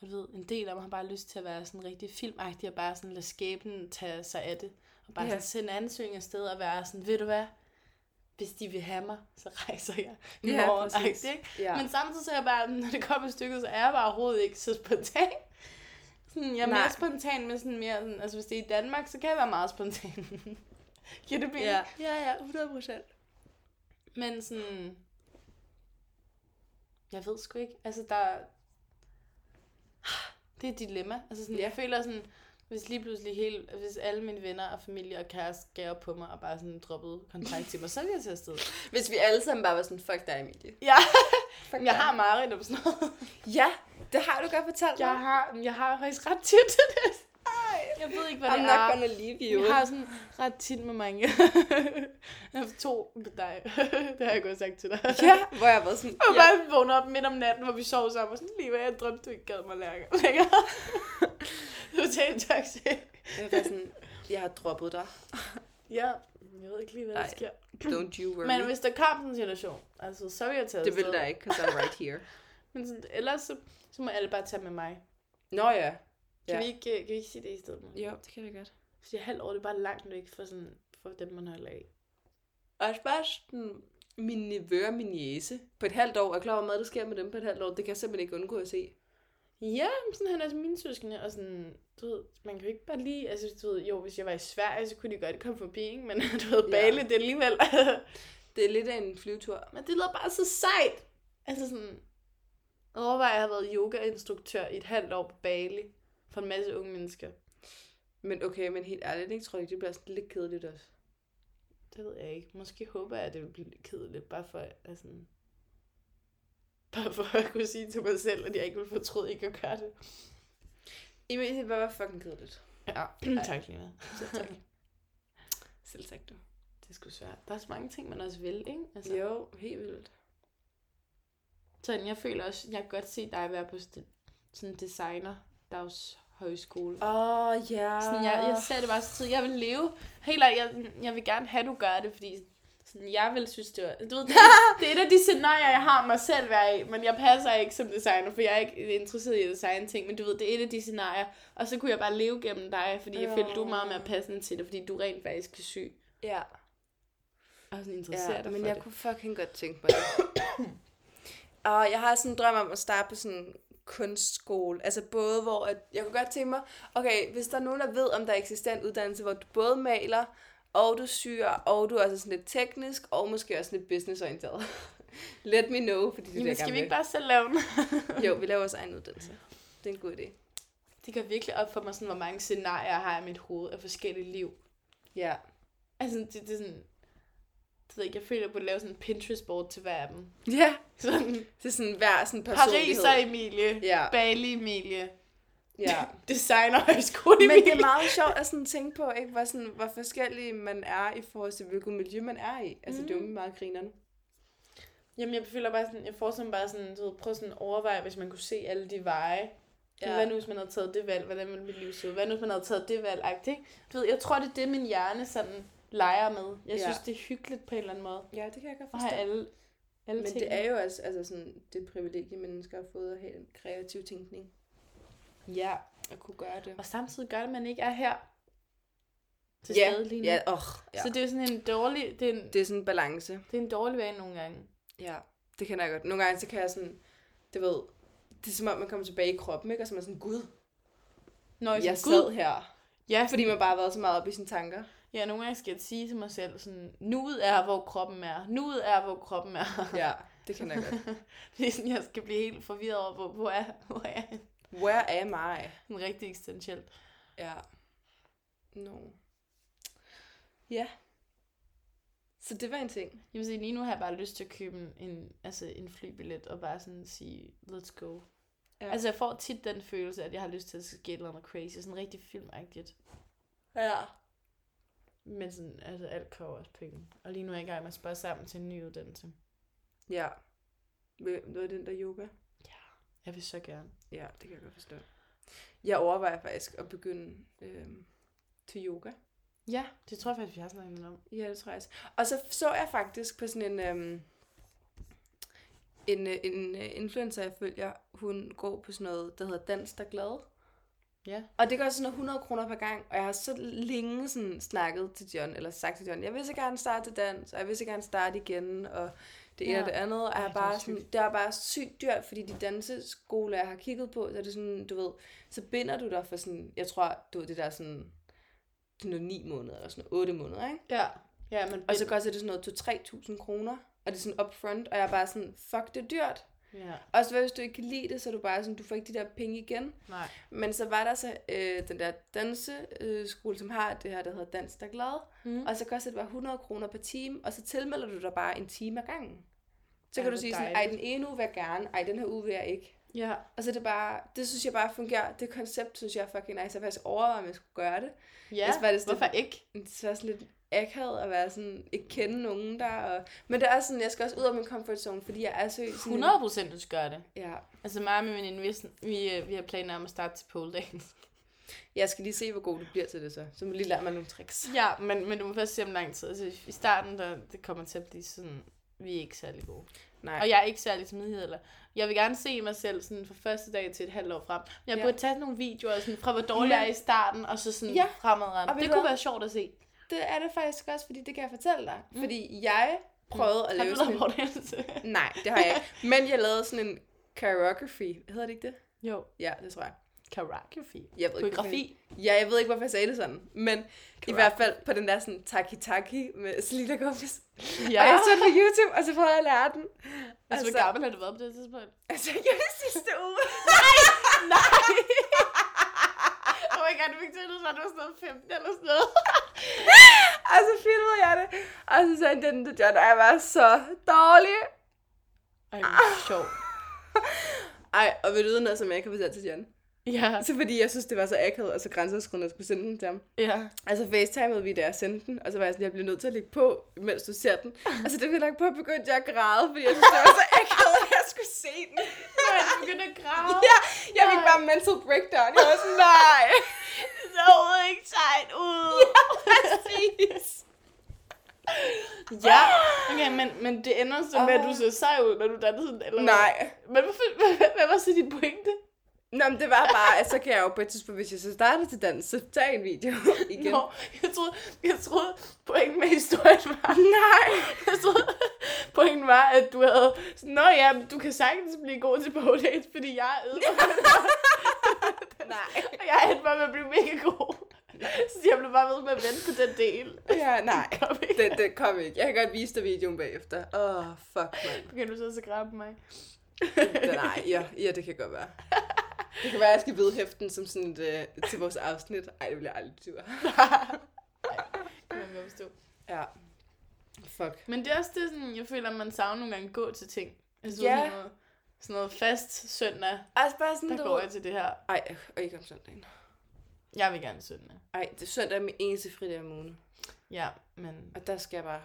[SPEAKER 2] Og du ved, en del af mig har bare lyst til at være sådan rigtig filmagtig, og bare sådan lade skæbnen tage sig af det. Og bare
[SPEAKER 1] Ja.
[SPEAKER 2] yeah. sådan sende ansøgning afsted og være sådan, ved du hvad, hvis de vil have mig, så rejser jeg i
[SPEAKER 1] Ja,
[SPEAKER 2] yeah, morgen.
[SPEAKER 1] præcis.
[SPEAKER 2] agtigt, Ikke?
[SPEAKER 1] ja.
[SPEAKER 2] Yeah. Men samtidig så er jeg bare, når det kommer et stykke, så er jeg bare overhovedet ikke så spontan. Sådan, jeg er
[SPEAKER 1] Nej.
[SPEAKER 2] mere spontan med sådan mere, sådan, altså hvis det er i Danmark, så kan jeg være meget spontan. Giver det mening?
[SPEAKER 1] Ja.
[SPEAKER 2] ja, ja, 100 procent. Men sådan, jeg ved sgu ikke, altså der, det er et dilemma. Altså sådan,
[SPEAKER 1] Ja.
[SPEAKER 2] ja. jeg føler sådan, hvis lige pludselig hele, hvis alle mine venner og familie og kæreste gav op på mig og bare sådan droppede kontrakt til mig, så ville jeg tage afsted.
[SPEAKER 1] Hvis vi alle sammen bare var sådan, fuck dig, Emilie.
[SPEAKER 2] Ja,
[SPEAKER 1] Fuck
[SPEAKER 2] jeg
[SPEAKER 1] dig.
[SPEAKER 2] har meget om sådan noget.
[SPEAKER 1] Ja, det har du godt fortalt
[SPEAKER 2] Jeg
[SPEAKER 1] mig.
[SPEAKER 2] har, jeg har faktisk ret tit til det. Jeg ved ikke, hvad
[SPEAKER 1] I'm
[SPEAKER 2] det
[SPEAKER 1] not
[SPEAKER 2] er.
[SPEAKER 1] gonna leave you.
[SPEAKER 2] Jeg har sådan ret tit med mange. jeg har to med dig. det har jeg godt sagt til dig.
[SPEAKER 1] Ja, hvor jeg var sådan,
[SPEAKER 2] Og
[SPEAKER 1] ja,
[SPEAKER 2] bare vågner op midt om natten, hvor vi sov sammen, og sådan lige hvad jeg drømte, du ikke gad mig længere. det var totalt toxic.
[SPEAKER 1] jeg var sådan, jeg har droppet dig.
[SPEAKER 2] Ja, jeg ved ikke lige, hvad
[SPEAKER 1] Ej,
[SPEAKER 2] der sker.
[SPEAKER 1] Don't you worry.
[SPEAKER 2] Men hvis der kom sådan en situation, altså, så vil jeg tage
[SPEAKER 1] det ville
[SPEAKER 2] afsted.
[SPEAKER 1] der ikke, because I'm right here.
[SPEAKER 2] Men sådan, ellers så, så må alle bare tage med mig.
[SPEAKER 1] Nå ja. Ja.
[SPEAKER 2] Kan, vi ikke, øh, kan vi ikke sige det i stedet? Marie?
[SPEAKER 1] det kan vi godt.
[SPEAKER 2] Fordi et halvt år, det er bare langt væk fra, sådan, fra dem, man holder af.
[SPEAKER 1] Og også bare sådan, min nevø og min jæse på et halvt år. Er klar over, hvor meget der sker med dem på et halvt år? Det kan jeg simpelthen ikke undgå at se.
[SPEAKER 2] Ja, men sådan han er mine søskende, og sådan, du ved, man kan jo ikke bare lige, altså du ved, jo, hvis jeg var i Sverige, så kunne de godt komme forbi, ikke? men du ved,
[SPEAKER 1] Ja.
[SPEAKER 2] Bali, det er alligevel.
[SPEAKER 1] Det er lidt af en flyvetur.
[SPEAKER 2] men det lyder bare så sejt. Altså sådan, overvej, at jeg har været yogainstruktør i et halvt år på Bali, for en masse unge mennesker.
[SPEAKER 1] Men okay, men helt ærligt, ikke? tror jeg, det bliver sådan lidt kedeligt også.
[SPEAKER 2] Det ved jeg ikke. Måske håber jeg, at det vil blive lidt kedeligt, bare for, at sådan, bare for at kunne sige til mig selv, at jeg ikke vil fortryde ikke at gøre det.
[SPEAKER 1] Emil, det var bare fucking kedeligt.
[SPEAKER 2] Ja, tak Lina.
[SPEAKER 1] Så tak. Selv tak, du.
[SPEAKER 2] Det er sgu svært. Der er så mange ting, man også vil, ikke? Altså,
[SPEAKER 1] Jo, helt vildt.
[SPEAKER 2] Sådan, jeg føler også, jeg kan godt se dig være på st- sådan designer dags højskole.
[SPEAKER 1] Åh, oh, ja. Yeah.
[SPEAKER 2] Sådan, jeg, jeg ser det bare så tid. Jeg vil leve. Helt ærligt, jeg, jeg vil gerne have, du gør det, fordi sådan, jeg vil synes, det var... Du ved, det, er- det er et af de scenarier, jeg har mig selv være i, men jeg passer ikke som designer, for jeg er ikke interesseret i at designe ting, men du ved, det er et af de scenarier, og så kunne jeg bare leve gennem dig, fordi jeg følte, du er meget mere passende til det, fordi du rent faktisk er syg
[SPEAKER 1] Ja,
[SPEAKER 2] og sådan interesserer
[SPEAKER 1] ja
[SPEAKER 2] dig
[SPEAKER 1] men
[SPEAKER 2] for
[SPEAKER 1] jeg
[SPEAKER 2] det.
[SPEAKER 1] kunne fucking godt tænke mig det. og jeg har sådan en drøm om at starte på sådan en kunstskole. Altså både hvor, at jeg kunne godt tænke mig, okay, hvis der er nogen, der ved, om der er eksisterende uddannelse, hvor du både maler, og du syr, og du er også sådan lidt teknisk, og måske også lidt businessorienteret. Let me know, fordi det er det,
[SPEAKER 2] Jamen,
[SPEAKER 1] jeg
[SPEAKER 2] skal
[SPEAKER 1] gerne
[SPEAKER 2] vi ikke
[SPEAKER 1] vil.
[SPEAKER 2] bare selv lave den?
[SPEAKER 1] Jo, vi laver vores egen uddannelse. Det er en god idé.
[SPEAKER 2] Det går virkelig op for mig, sådan, hvor mange scenarier jeg har i mit hoved af forskellige liv.
[SPEAKER 1] Ja.
[SPEAKER 2] Altså, det, det er sådan... Det ved jeg ikke, jeg føler, at jeg burde lave sådan en Pinterest-board til hver af dem.
[SPEAKER 1] Ja,
[SPEAKER 2] Sådan,
[SPEAKER 1] det er sådan hver sådan personlighed.
[SPEAKER 2] Paris og Emilie.
[SPEAKER 1] Ja.
[SPEAKER 2] Bali Emilie.
[SPEAKER 1] Ja.
[SPEAKER 2] Designerhøjskole
[SPEAKER 1] Men det
[SPEAKER 2] Emilie.
[SPEAKER 1] er meget sjovt at sådan tænke på, ikke? Hvor, sådan, hvor forskellig man er i forhold til, hvilket miljø man er i. Altså, mm. det er jo meget grineren.
[SPEAKER 2] Jamen, jeg føler bare sådan, jeg får sådan bare sådan, du ved, prøv sådan at overveje, hvis man kunne se alle de veje. Ja. Hvad nu, hvis man havde taget det valg? Hvordan ville mit liv se ud? Hvad nu, hvis man havde taget det valg? Agtigt, ikke? Du ved, jeg tror, det er det, min hjerne sådan leger med. Jeg
[SPEAKER 1] Ja.
[SPEAKER 2] synes, det er hyggeligt på en eller anden måde.
[SPEAKER 1] Ja, det kan jeg godt
[SPEAKER 2] At have
[SPEAKER 1] forstå.
[SPEAKER 2] alle, alle
[SPEAKER 1] Men
[SPEAKER 2] ting.
[SPEAKER 1] det er jo også altså sådan, det privilegie, mennesker har fået at have en kreativ tænkning.
[SPEAKER 2] Ja,
[SPEAKER 1] At kunne gøre det.
[SPEAKER 2] og samtidig gør det, at man ikke er her. Til
[SPEAKER 1] ja,
[SPEAKER 2] stede lige nu.
[SPEAKER 1] ja, oh, ja.
[SPEAKER 2] Så det er sådan en dårlig, det er en,
[SPEAKER 1] det er sådan en balance.
[SPEAKER 2] det er en dårlig vane nogle gange.
[SPEAKER 1] Ja, det kender jeg godt. Nogle gange, så kan jeg sådan, du ved, det er som om, man kommer tilbage i kroppen, ikke? Og så er man sådan, gud,
[SPEAKER 2] Når
[SPEAKER 1] jeg
[SPEAKER 2] sådan, "Gud."
[SPEAKER 1] sad her.
[SPEAKER 2] Ja,
[SPEAKER 1] Fordi man bare har været så meget oppe i sine tanker.
[SPEAKER 2] ja, nogle gange skal jeg sige til mig selv, sådan, nuet er, hvor kroppen er. Nuet er, hvor kroppen er.
[SPEAKER 1] Ja, det kender jeg godt.
[SPEAKER 2] Det er sådan, jeg skal blive helt forvirret over, hvor, hvor er, hvor er jeg
[SPEAKER 1] Where am I?
[SPEAKER 2] sådan rigtig eksistentielt.
[SPEAKER 1] Ja. No. Ja. Så det var en ting.
[SPEAKER 2] Jeg vil sige, lige nu har jeg bare lyst til at købe en- en, altså en flybillet og bare sådan sige, let's go.
[SPEAKER 1] Ja.
[SPEAKER 2] Ja. Altså jeg får tit den følelse, at jeg har lyst til at ske et eller andet crazy, sådan rigtig filmagtigt.
[SPEAKER 1] Ja.
[SPEAKER 2] Men sådan, altså alt koger også penge. Og lige nu er jeg i gang med at spørge sammen til en ny uddannelse.
[SPEAKER 1] Ja. Ved- Noget af den der yoga?
[SPEAKER 2] Jeg vil så gerne.
[SPEAKER 1] Ja, det kan jeg godt forstå. Jeg overvejer faktisk at begynde øhm, til yoga.
[SPEAKER 2] Ja, det tror jeg faktisk, vi har snakket lidt om.
[SPEAKER 1] Ja, det tror jeg også. Og så så jeg faktisk på sådan en, øhm, en, øh, en øh, influencer, jeg følger, hun går på sådan noget, der hedder Dans der Glade.
[SPEAKER 2] Ja.
[SPEAKER 1] Og det gør sådan noget 100 kroner per gang, og jeg har så længe sådan snakket til John, eller sagt til John, jeg vil så gerne starte til dans, og jeg vil så gerne starte igen, og det ene
[SPEAKER 2] Ja.
[SPEAKER 1] og det andet, og jeg
[SPEAKER 2] Ej,
[SPEAKER 1] er
[SPEAKER 2] det er
[SPEAKER 1] bare
[SPEAKER 2] sygt.
[SPEAKER 1] sådan, det er bare sygt dyrt, fordi de danseskoler, jeg har kigget på, så er det sådan, du ved, så binder du dig for sådan, jeg tror, du ved, det der sådan, sådan noget 9 måneder, eller sådan noget 8 måneder, ikke?
[SPEAKER 2] Ja. Ja, men...
[SPEAKER 1] Og så koster det sådan noget 2-3.000 kroner, og det er sådan upfront, og jeg er bare sådan, fuck, det er dyrt.
[SPEAKER 2] Ja.
[SPEAKER 1] Også hvis du ikke kan lide det, så er du bare sådan, du får ikke de der penge igen.
[SPEAKER 2] Nej.
[SPEAKER 1] Men så var der så øh, den der danseskole, øh, skole, som har det her, der hedder Dans der Glad.
[SPEAKER 2] Mm.
[SPEAKER 1] Og så koster det bare 100 kroner per time, og så tilmelder du dig bare en time ad gangen. Så
[SPEAKER 2] Ej,
[SPEAKER 1] kan du
[SPEAKER 2] hvor
[SPEAKER 1] sige sådan, ej,
[SPEAKER 2] dejligt.
[SPEAKER 1] den ene uge vil jeg gerne, ej, den her uge vil jeg ikke.
[SPEAKER 2] Ja.
[SPEAKER 1] Og så er det bare, det synes jeg bare fungerer. Det koncept synes jeg er fucking nice. Jeg faktisk overvejer, om jeg skulle gøre det.
[SPEAKER 2] Ja,
[SPEAKER 1] Jeg synes bare, det er sådan-
[SPEAKER 2] hvorfor ikke?
[SPEAKER 1] Men Det var sådan lidt akavet at være sådan, ikke kende nogen der. Og... Men det er også sådan, jeg skal også ud af min comfort zone, fordi jeg er så... sådan en-
[SPEAKER 2] 100 procent, du skal gøre det.
[SPEAKER 1] Ja.
[SPEAKER 2] Altså mig og min veninde, vi, er sådan- vi, øh, vi har planer om at starte til pole dance.
[SPEAKER 1] Jeg skal lige se, hvor god du bliver til det så. Så må jeg lige lære mig nogle tricks.
[SPEAKER 2] Ja, men, men du må først se om lang tid. Altså, I starten, der, det kommer til at blive sådan, vi er ikke særlig gode.
[SPEAKER 1] Nej.
[SPEAKER 2] Og jeg er ikke særlig smidig eller. Jeg vil gerne se mig selv sådan fra første dag til et halvt år frem. Men jeg
[SPEAKER 1] Ja.
[SPEAKER 2] burde tage nogle videoer sådan, fra, hvor dårlig
[SPEAKER 1] Men-
[SPEAKER 2] jeg er i starten, og så sådan
[SPEAKER 1] Ja.
[SPEAKER 2] ja.
[SPEAKER 1] Og
[SPEAKER 2] fremadrettet.
[SPEAKER 1] ved
[SPEAKER 2] Det
[SPEAKER 1] du
[SPEAKER 2] kunne
[SPEAKER 1] hvad?
[SPEAKER 2] være sjovt at se.
[SPEAKER 1] Det er det faktisk også, fordi det kan jeg fortælle dig. Mm. Fordi jeg prøvede at
[SPEAKER 2] Mm. Har
[SPEAKER 1] lave
[SPEAKER 2] du
[SPEAKER 1] sådan
[SPEAKER 2] lavet
[SPEAKER 1] en...
[SPEAKER 2] pole dance?
[SPEAKER 1] Nej, det har jeg ikke. Men jeg lavede sådan en choreography. Hedder det ikke det?
[SPEAKER 2] jo.
[SPEAKER 1] Ja, det tror jeg.
[SPEAKER 2] Choreography.
[SPEAKER 1] Jeg ved ikke, hvorfor
[SPEAKER 2] Koreografi.
[SPEAKER 1] Ja, jeg ved ikke, hvorfor jeg sagde det sådan. Men i hvert fald på den der sådan taki-taki med Selina Gomez. Ja. Og
[SPEAKER 2] Ja.
[SPEAKER 1] jeg så den på YouTube, og så prøvede jeg at lære den.
[SPEAKER 2] Altså, hvor gammel har du været på det tidspunkt?
[SPEAKER 1] Altså, jeg det sidste uge.
[SPEAKER 2] Nej! oh my god, du fik til at lyde, som om du var sådan noget 15 eller sådan noget.
[SPEAKER 1] og så filmede jeg det. Og så sagde jeg den til John, og jeg var så dårlig.
[SPEAKER 2] Ej, hvor sjovt.
[SPEAKER 1] Ej, og ved du vide noget, som jeg ikke har fortalt til John?
[SPEAKER 2] Ja,
[SPEAKER 1] Så fordi jeg synes, det var så akavet og så grænseoverskridende at skulle sende den til ham.
[SPEAKER 2] ja.
[SPEAKER 1] Altså facetimede vi, da jeg sendte den, og så var jeg sådan, jeg bliver nødt til at lægge på, mens du ser den. Altså det ville jeg på, begyndte jeg at græde, fordi jeg synes, det var så akavet, at jeg skulle se den.
[SPEAKER 2] Nej, du begyndte at græde.
[SPEAKER 1] Ja, jeg fik bare mental breakdown. Jeg var sådan, nej.
[SPEAKER 2] Så ud ikke sejt ud.
[SPEAKER 1] Præcis.
[SPEAKER 2] Ja. Okay, men, men det ender så med, at du ser sej ud, når du danser sådan, eller hvad?
[SPEAKER 1] Nej.
[SPEAKER 2] Men hvorfor, hvad, hvad- hvad var så din pointe?
[SPEAKER 1] Nå, men det var bare, at så kan jeg jo på et tidspunkt, hvis jeg så starter til dans, så tage en video igen.
[SPEAKER 2] Nå, jeg troede, jeg troede pointen med historien var...
[SPEAKER 1] Nej.
[SPEAKER 2] Jeg troede, pointen var, at du havde... sådan, Nå ja, men du kan sagtens blive god til pole dance, fordi jeg er ødelagt.
[SPEAKER 1] nej.
[SPEAKER 2] Og jeg endte bare med at blive mega god. Så jeg blev bare ved med at vente på den del.
[SPEAKER 1] Ja, nej.
[SPEAKER 2] Kom ikke.
[SPEAKER 1] Det, det kom ikke. Jeg kan godt vise dig videoen bagefter. Åh, oh, fuck, man.
[SPEAKER 2] Begyndte du så også at græde på mig?
[SPEAKER 1] Nej, ja, ja, det kan godt være. Det kan være, at jeg skal vedhæfte den som sådan et, øh, til vores afsnit. Ej, det bliver jeg aldrig tur.
[SPEAKER 2] Kan man godt forstå.
[SPEAKER 1] Ja. Fuck.
[SPEAKER 2] Men det er også det, sådan, jeg føler, at man savner nogle gange at gå til ting. Altså
[SPEAKER 1] Ja.
[SPEAKER 2] ja. sådan, noget, sådan noget fast søndag,
[SPEAKER 1] Altså bare sådan,
[SPEAKER 2] der går jeg til det her.
[SPEAKER 1] Ej, og ikke om søndagen.
[SPEAKER 2] Jeg vil gerne søndag.
[SPEAKER 1] Ej, det er søndag er min eneste fridag om ugen.
[SPEAKER 2] Ja, men
[SPEAKER 1] Og der skal jeg bare...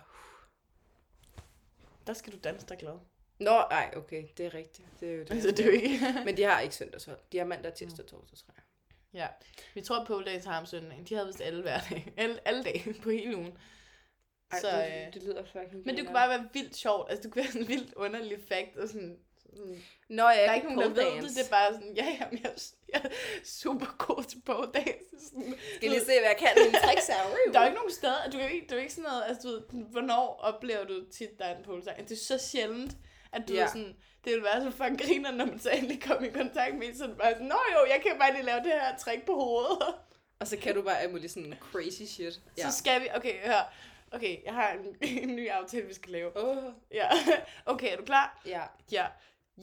[SPEAKER 2] der skal du danse dig glad.
[SPEAKER 1] Nå, nej, okay, det er rigtigt. Det er jo det.
[SPEAKER 2] Altså, det er jo ikke...
[SPEAKER 1] Men de har ikke søndagshold. De har mandag, tirsdag
[SPEAKER 2] Mm.
[SPEAKER 1] og torsdag, tror jeg.
[SPEAKER 2] ja. Vi tror, at Pole Days har om søndagen. De havde vist alle hverdage. Alle, alle dage på hele ugen.
[SPEAKER 1] Ej,
[SPEAKER 2] Så,
[SPEAKER 1] det,
[SPEAKER 2] øh,
[SPEAKER 1] det, lyder fucking
[SPEAKER 2] Men det
[SPEAKER 1] grineren.
[SPEAKER 2] kunne bare være vildt sjovt. Altså, det kunne være sådan en vildt underlig fact. Og sådan, sådan
[SPEAKER 1] Nå, ja,
[SPEAKER 2] der er ikke nogen, der ved det. Det er bare sådan, ja, jamen, jeg, er- jeg er super god til pole dance. Sådan,
[SPEAKER 1] Skal lige se, hvad jeg kan med mine tricks her.
[SPEAKER 2] Der er jo ikke nogen steder, du kan jo ikke, du er ikke sådan noget, altså du ved, hvornår oplever du tit, der er en polesang? Det er så sjældent, at du
[SPEAKER 1] Ja.
[SPEAKER 2] ja. sådan, det ville være så fucking griner, når man så endelig kom i kontakt med en, så er det bare sådan, nå jo, jeg kan bare lige lave det her trick på hovedet.
[SPEAKER 1] Og så kan du bare alt muligt sådan crazy shit.
[SPEAKER 2] Ja. Så skal vi, okay, hør, okay, jeg har en, en ny aftale, vi skal lave.
[SPEAKER 1] Åh,
[SPEAKER 2] Ja, okay, er du klar?
[SPEAKER 1] ja.
[SPEAKER 2] Ja.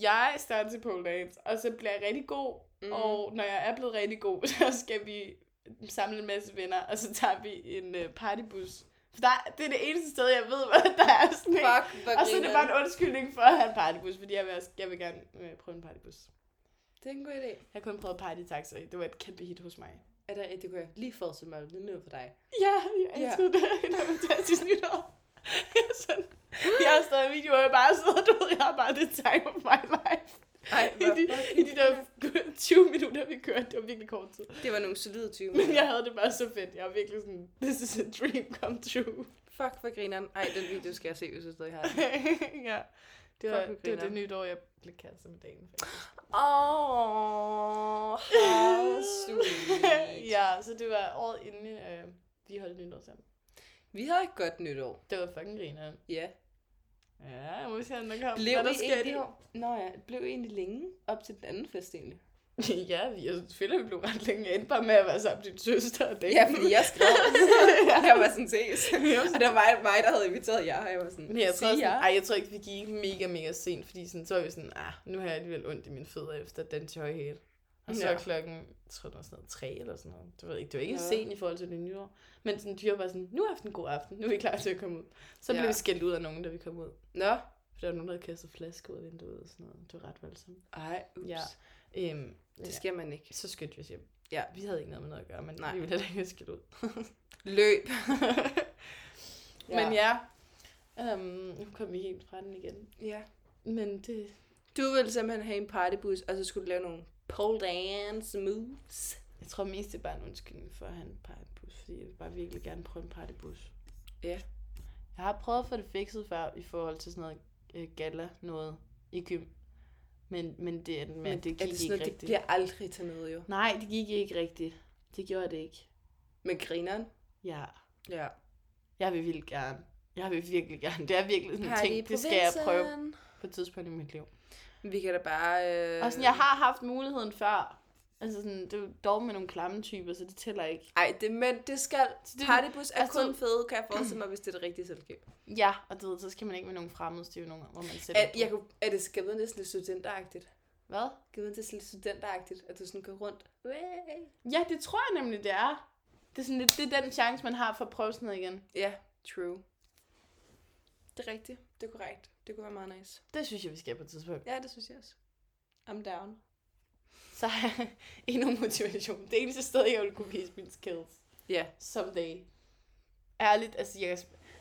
[SPEAKER 2] Jeg starter til pole dance, og så bliver jeg rigtig god, mm. og når jeg er blevet rigtig god, så skal vi samle en masse venner, og så tager vi en øh, partybus. For der, det er det eneste sted, jeg ved, hvor der er sådan en.
[SPEAKER 1] Fuck, hvor
[SPEAKER 2] Og så er det
[SPEAKER 1] grineren.
[SPEAKER 2] bare en undskyldning for at have en partybus, fordi jeg vil, også- jeg vil gerne øh, prøve en partybus.
[SPEAKER 1] Det er en god idé.
[SPEAKER 2] Jeg har kun prøvet partytaxa, det var et kæmpe hit hos mig.
[SPEAKER 1] Er der, det kunne jeg lige forestille mig, det lyder for dig.
[SPEAKER 2] Ja, jeg
[SPEAKER 1] Ja.
[SPEAKER 2] elskede det. Det var fantastisk nytår. Jeg er sådan- Jeg har stadig videoer, jeg bare sidder, du ved, jeg har bare the time of my life.
[SPEAKER 1] Ej,
[SPEAKER 2] I de, I de der 20 minutter, vi kørte, det var virkelig kort tid.
[SPEAKER 1] Det var nogle solide 20
[SPEAKER 2] Men
[SPEAKER 1] minutter.
[SPEAKER 2] jeg havde det bare så fedt. Jeg var virkelig sådan, this is a dream come true.
[SPEAKER 1] Fuck, hvor grineren. Ej, den video skal jeg se, hvis jeg stadig har den.
[SPEAKER 2] ja. Det var,
[SPEAKER 1] Fuck, hvor
[SPEAKER 2] det var
[SPEAKER 1] griner.
[SPEAKER 2] det nytår, jeg blev kastet med dagen. faktisk.
[SPEAKER 1] Åh, oh,
[SPEAKER 2] ja, så det var året inden, øh, vi holdt nytår sammen.
[SPEAKER 1] Vi har et godt nytår.
[SPEAKER 2] Det var fucking griner.
[SPEAKER 1] Ja.
[SPEAKER 2] Ja, jeg må se, om der kommer.
[SPEAKER 1] Blev
[SPEAKER 2] Hvad der
[SPEAKER 1] I
[SPEAKER 2] sker
[SPEAKER 1] egentlig, Nå ja, blev I egentlig længe op til den anden fest egentlig?
[SPEAKER 2] Ja, vi, jeg føler, vi blev ret længe. Jeg endte bare med at være sammen med din søster og date.
[SPEAKER 1] Ja, fordi jeg skrev. jeg var sådan ses.
[SPEAKER 2] Jeg var
[SPEAKER 1] Og det var mig, mig, der havde inviteret jer, og jeg var sådan,
[SPEAKER 2] Men jeg tror,
[SPEAKER 1] "Sig
[SPEAKER 2] sådan,
[SPEAKER 1] ja."
[SPEAKER 2] ej, jeg tror ikke, vi gik mega, mega sent, fordi sådan, så var vi sådan, ah, nu har jeg alligevel ondt i mine fødder efter den tøjhæl. Og så
[SPEAKER 1] Ja.
[SPEAKER 2] ja. klokken, jeg tror det var sådan noget tre eller sådan noget. Det, ved jeg ikke, det var ikke
[SPEAKER 1] Ja.
[SPEAKER 2] ja. sent i forhold til det nye år. Men sådan, de var bare sådan, nu har jeg haft en god aften, nu er vi klar til at komme ud. Så
[SPEAKER 1] Ja.
[SPEAKER 2] blev vi skældt ud af nogen, da vi kom ud.
[SPEAKER 1] Nå,
[SPEAKER 2] For der var nogen, der havde kastet flaske ud af vinduet og sådan noget. Det var ret voldsomt.
[SPEAKER 1] ej, ups.
[SPEAKER 2] Ja. Øhm,
[SPEAKER 1] Det
[SPEAKER 2] ja.
[SPEAKER 1] skal man ikke.
[SPEAKER 2] Så skyndte vi os hjem.
[SPEAKER 1] Ja.
[SPEAKER 2] Vi havde ikke noget med noget at gøre, men
[SPEAKER 1] Nej.
[SPEAKER 2] Nej. vi ville heller ikke have skældt ud.
[SPEAKER 1] Løb.
[SPEAKER 2] ja. Men ja, øhm, nu kom vi helt fra den igen.
[SPEAKER 1] ja.
[SPEAKER 2] Men det,
[SPEAKER 1] Du ville simpelthen have en partybus, og så skulle du lave nogle pole dance moves.
[SPEAKER 2] Jeg tror mest, det er bare en undskyldning for at have en partybus, fordi jeg vil bare virkelig gerne prøve en partybus.
[SPEAKER 1] Ja.
[SPEAKER 2] Jeg har prøvet at få det fikset før i forhold til sådan noget øh, gala noget i gym. Men, men det, men, men det gik
[SPEAKER 1] er det sådan,
[SPEAKER 2] ikke
[SPEAKER 1] noget, det
[SPEAKER 2] rigtigt.
[SPEAKER 1] bliver aldrig til noget jo.
[SPEAKER 2] Nej, det gik ikke rigtigt. Det gjorde det ikke.
[SPEAKER 1] Men grineren?
[SPEAKER 2] Ja,
[SPEAKER 1] Ja.
[SPEAKER 2] jeg vil vildt gerne. Jeg vil virkelig gerne. Det er virkelig sådan en ting, det skal jeg prøve på et tidspunkt i mit liv.
[SPEAKER 1] Vi kan da bare... Øh...
[SPEAKER 2] Og sådan, jeg har haft muligheden før. Altså sådan, det er jo dog med nogle klamme typer, så det tæller ikke.
[SPEAKER 1] Ej, det, men det skal...
[SPEAKER 2] Så det-
[SPEAKER 1] Partybus er
[SPEAKER 2] altså-
[SPEAKER 1] kun fede, kan jeg forestille mig, hvis det er det rigtige selskab.
[SPEAKER 2] Ja, og du ved, så skal man ikke med nogen fremmede, det er jo nogen, hvor man sætter
[SPEAKER 1] Er,
[SPEAKER 2] på.
[SPEAKER 1] jeg kunne, er det skal vide næsten lidt studenteragtigt?
[SPEAKER 2] Hvad?
[SPEAKER 1] Givet det er sådan lidt studenteragtigt, at du sådan går rundt. Way.
[SPEAKER 2] Ja, det tror jeg nemlig, det er. Det er, sådan lidt, det er den chance, man har for at prøve sådan noget igen.
[SPEAKER 1] Ja, true. Det er rigtigt. Det er korrekt. Det kunne være meget nice.
[SPEAKER 2] Det synes jeg, vi skal på et tidspunkt.
[SPEAKER 1] Ja, det synes jeg også. I'm down.
[SPEAKER 2] Så har jeg endnu motivation. Det eneste sted, jeg ville kunne vise mine skills.
[SPEAKER 1] Ja.
[SPEAKER 2] Someday. Ærligt, altså jeg,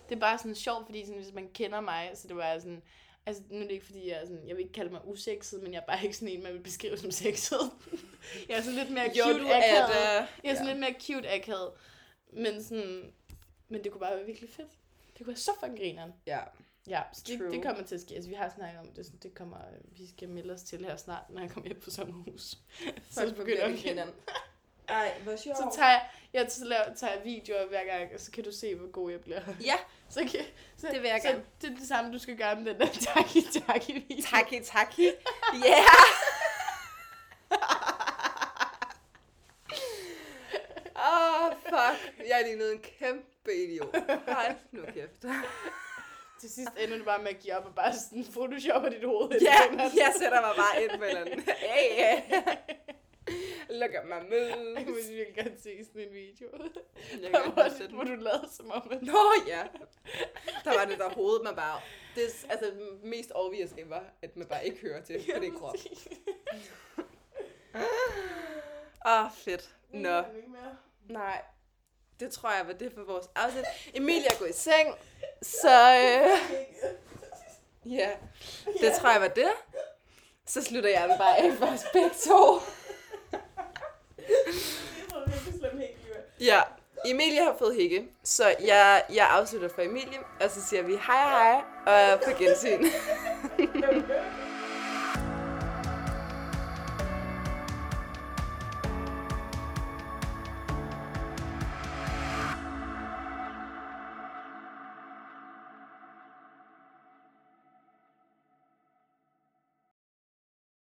[SPEAKER 2] det er bare sådan sjovt, fordi sådan, hvis man kender mig, så det var jeg sådan... Altså, nu er det ikke, fordi jeg, er sådan, jeg vil ikke kalde mig usekset, men jeg er bare ikke sådan en, man vil beskrive som sexet. jeg er sådan lidt mere
[SPEAKER 1] Jo,
[SPEAKER 2] cute
[SPEAKER 1] du er øh,
[SPEAKER 2] akavet.
[SPEAKER 1] da...
[SPEAKER 2] Jeg er sådan lidt mere cute akavet. Men sådan... Men det kunne bare være virkelig fedt. Det kunne være så fucking grineren.
[SPEAKER 1] Ja.
[SPEAKER 2] Ja, så
[SPEAKER 1] True.
[SPEAKER 2] det, det kommer til at ske. Altså, vi har snakket om det, så det kommer, øh, vi skal melde os til her snart, når jeg kommer hjem på sommerhus. så begynder vi igen.
[SPEAKER 1] Ej, hvor sjovt.
[SPEAKER 2] Så tager jeg, jeg så laver, tager jeg videoer hver gang, og så kan du se, hvor god jeg bliver.
[SPEAKER 1] Ja.
[SPEAKER 2] Så, kan, så,
[SPEAKER 1] Det vil jeg
[SPEAKER 2] så
[SPEAKER 1] gerne.
[SPEAKER 2] det er det samme, du skal gøre med den der taki taki video.
[SPEAKER 1] Taki, taki. Yeah! Åh, oh, fuck. Jeg er lige en kæmpe idiot. Hold nu kæft.
[SPEAKER 2] Til sidst ender du bare med at give op og bare sådan photoshopper dit hoved. ind i
[SPEAKER 1] Ja,
[SPEAKER 2] den her.
[SPEAKER 1] jeg sætter mig bare ind på en eller anden. Hey, yeah. Look at my
[SPEAKER 2] Jeg
[SPEAKER 1] moves.
[SPEAKER 2] vil virkelig gerne se sådan en video.
[SPEAKER 1] Jeg kan
[SPEAKER 2] Hvor,
[SPEAKER 1] godt huske
[SPEAKER 2] hvor,
[SPEAKER 1] den.
[SPEAKER 2] hvor du lavede som om, at
[SPEAKER 1] Nå ja. Der var det der hovedet, man bare... Det er altså mest obvious ever, at man bare ikke hører til på det krop. Åh, oh, fedt. Nå.
[SPEAKER 2] Ikke mere.
[SPEAKER 1] Nej. Det tror jeg var det for vores afsnit. Emilie er gået i seng, så... Øh, Ja, det tror jeg var det. Så slutter jeg den bare af for os begge to.
[SPEAKER 2] Det var virkelig slemt hækkeløb.
[SPEAKER 1] Ja, Emilie har fået hikke, så jeg, jeg afslutter for Emilie, og så siger vi hej hej, og på gensyn.
[SPEAKER 2] Hvem gør det?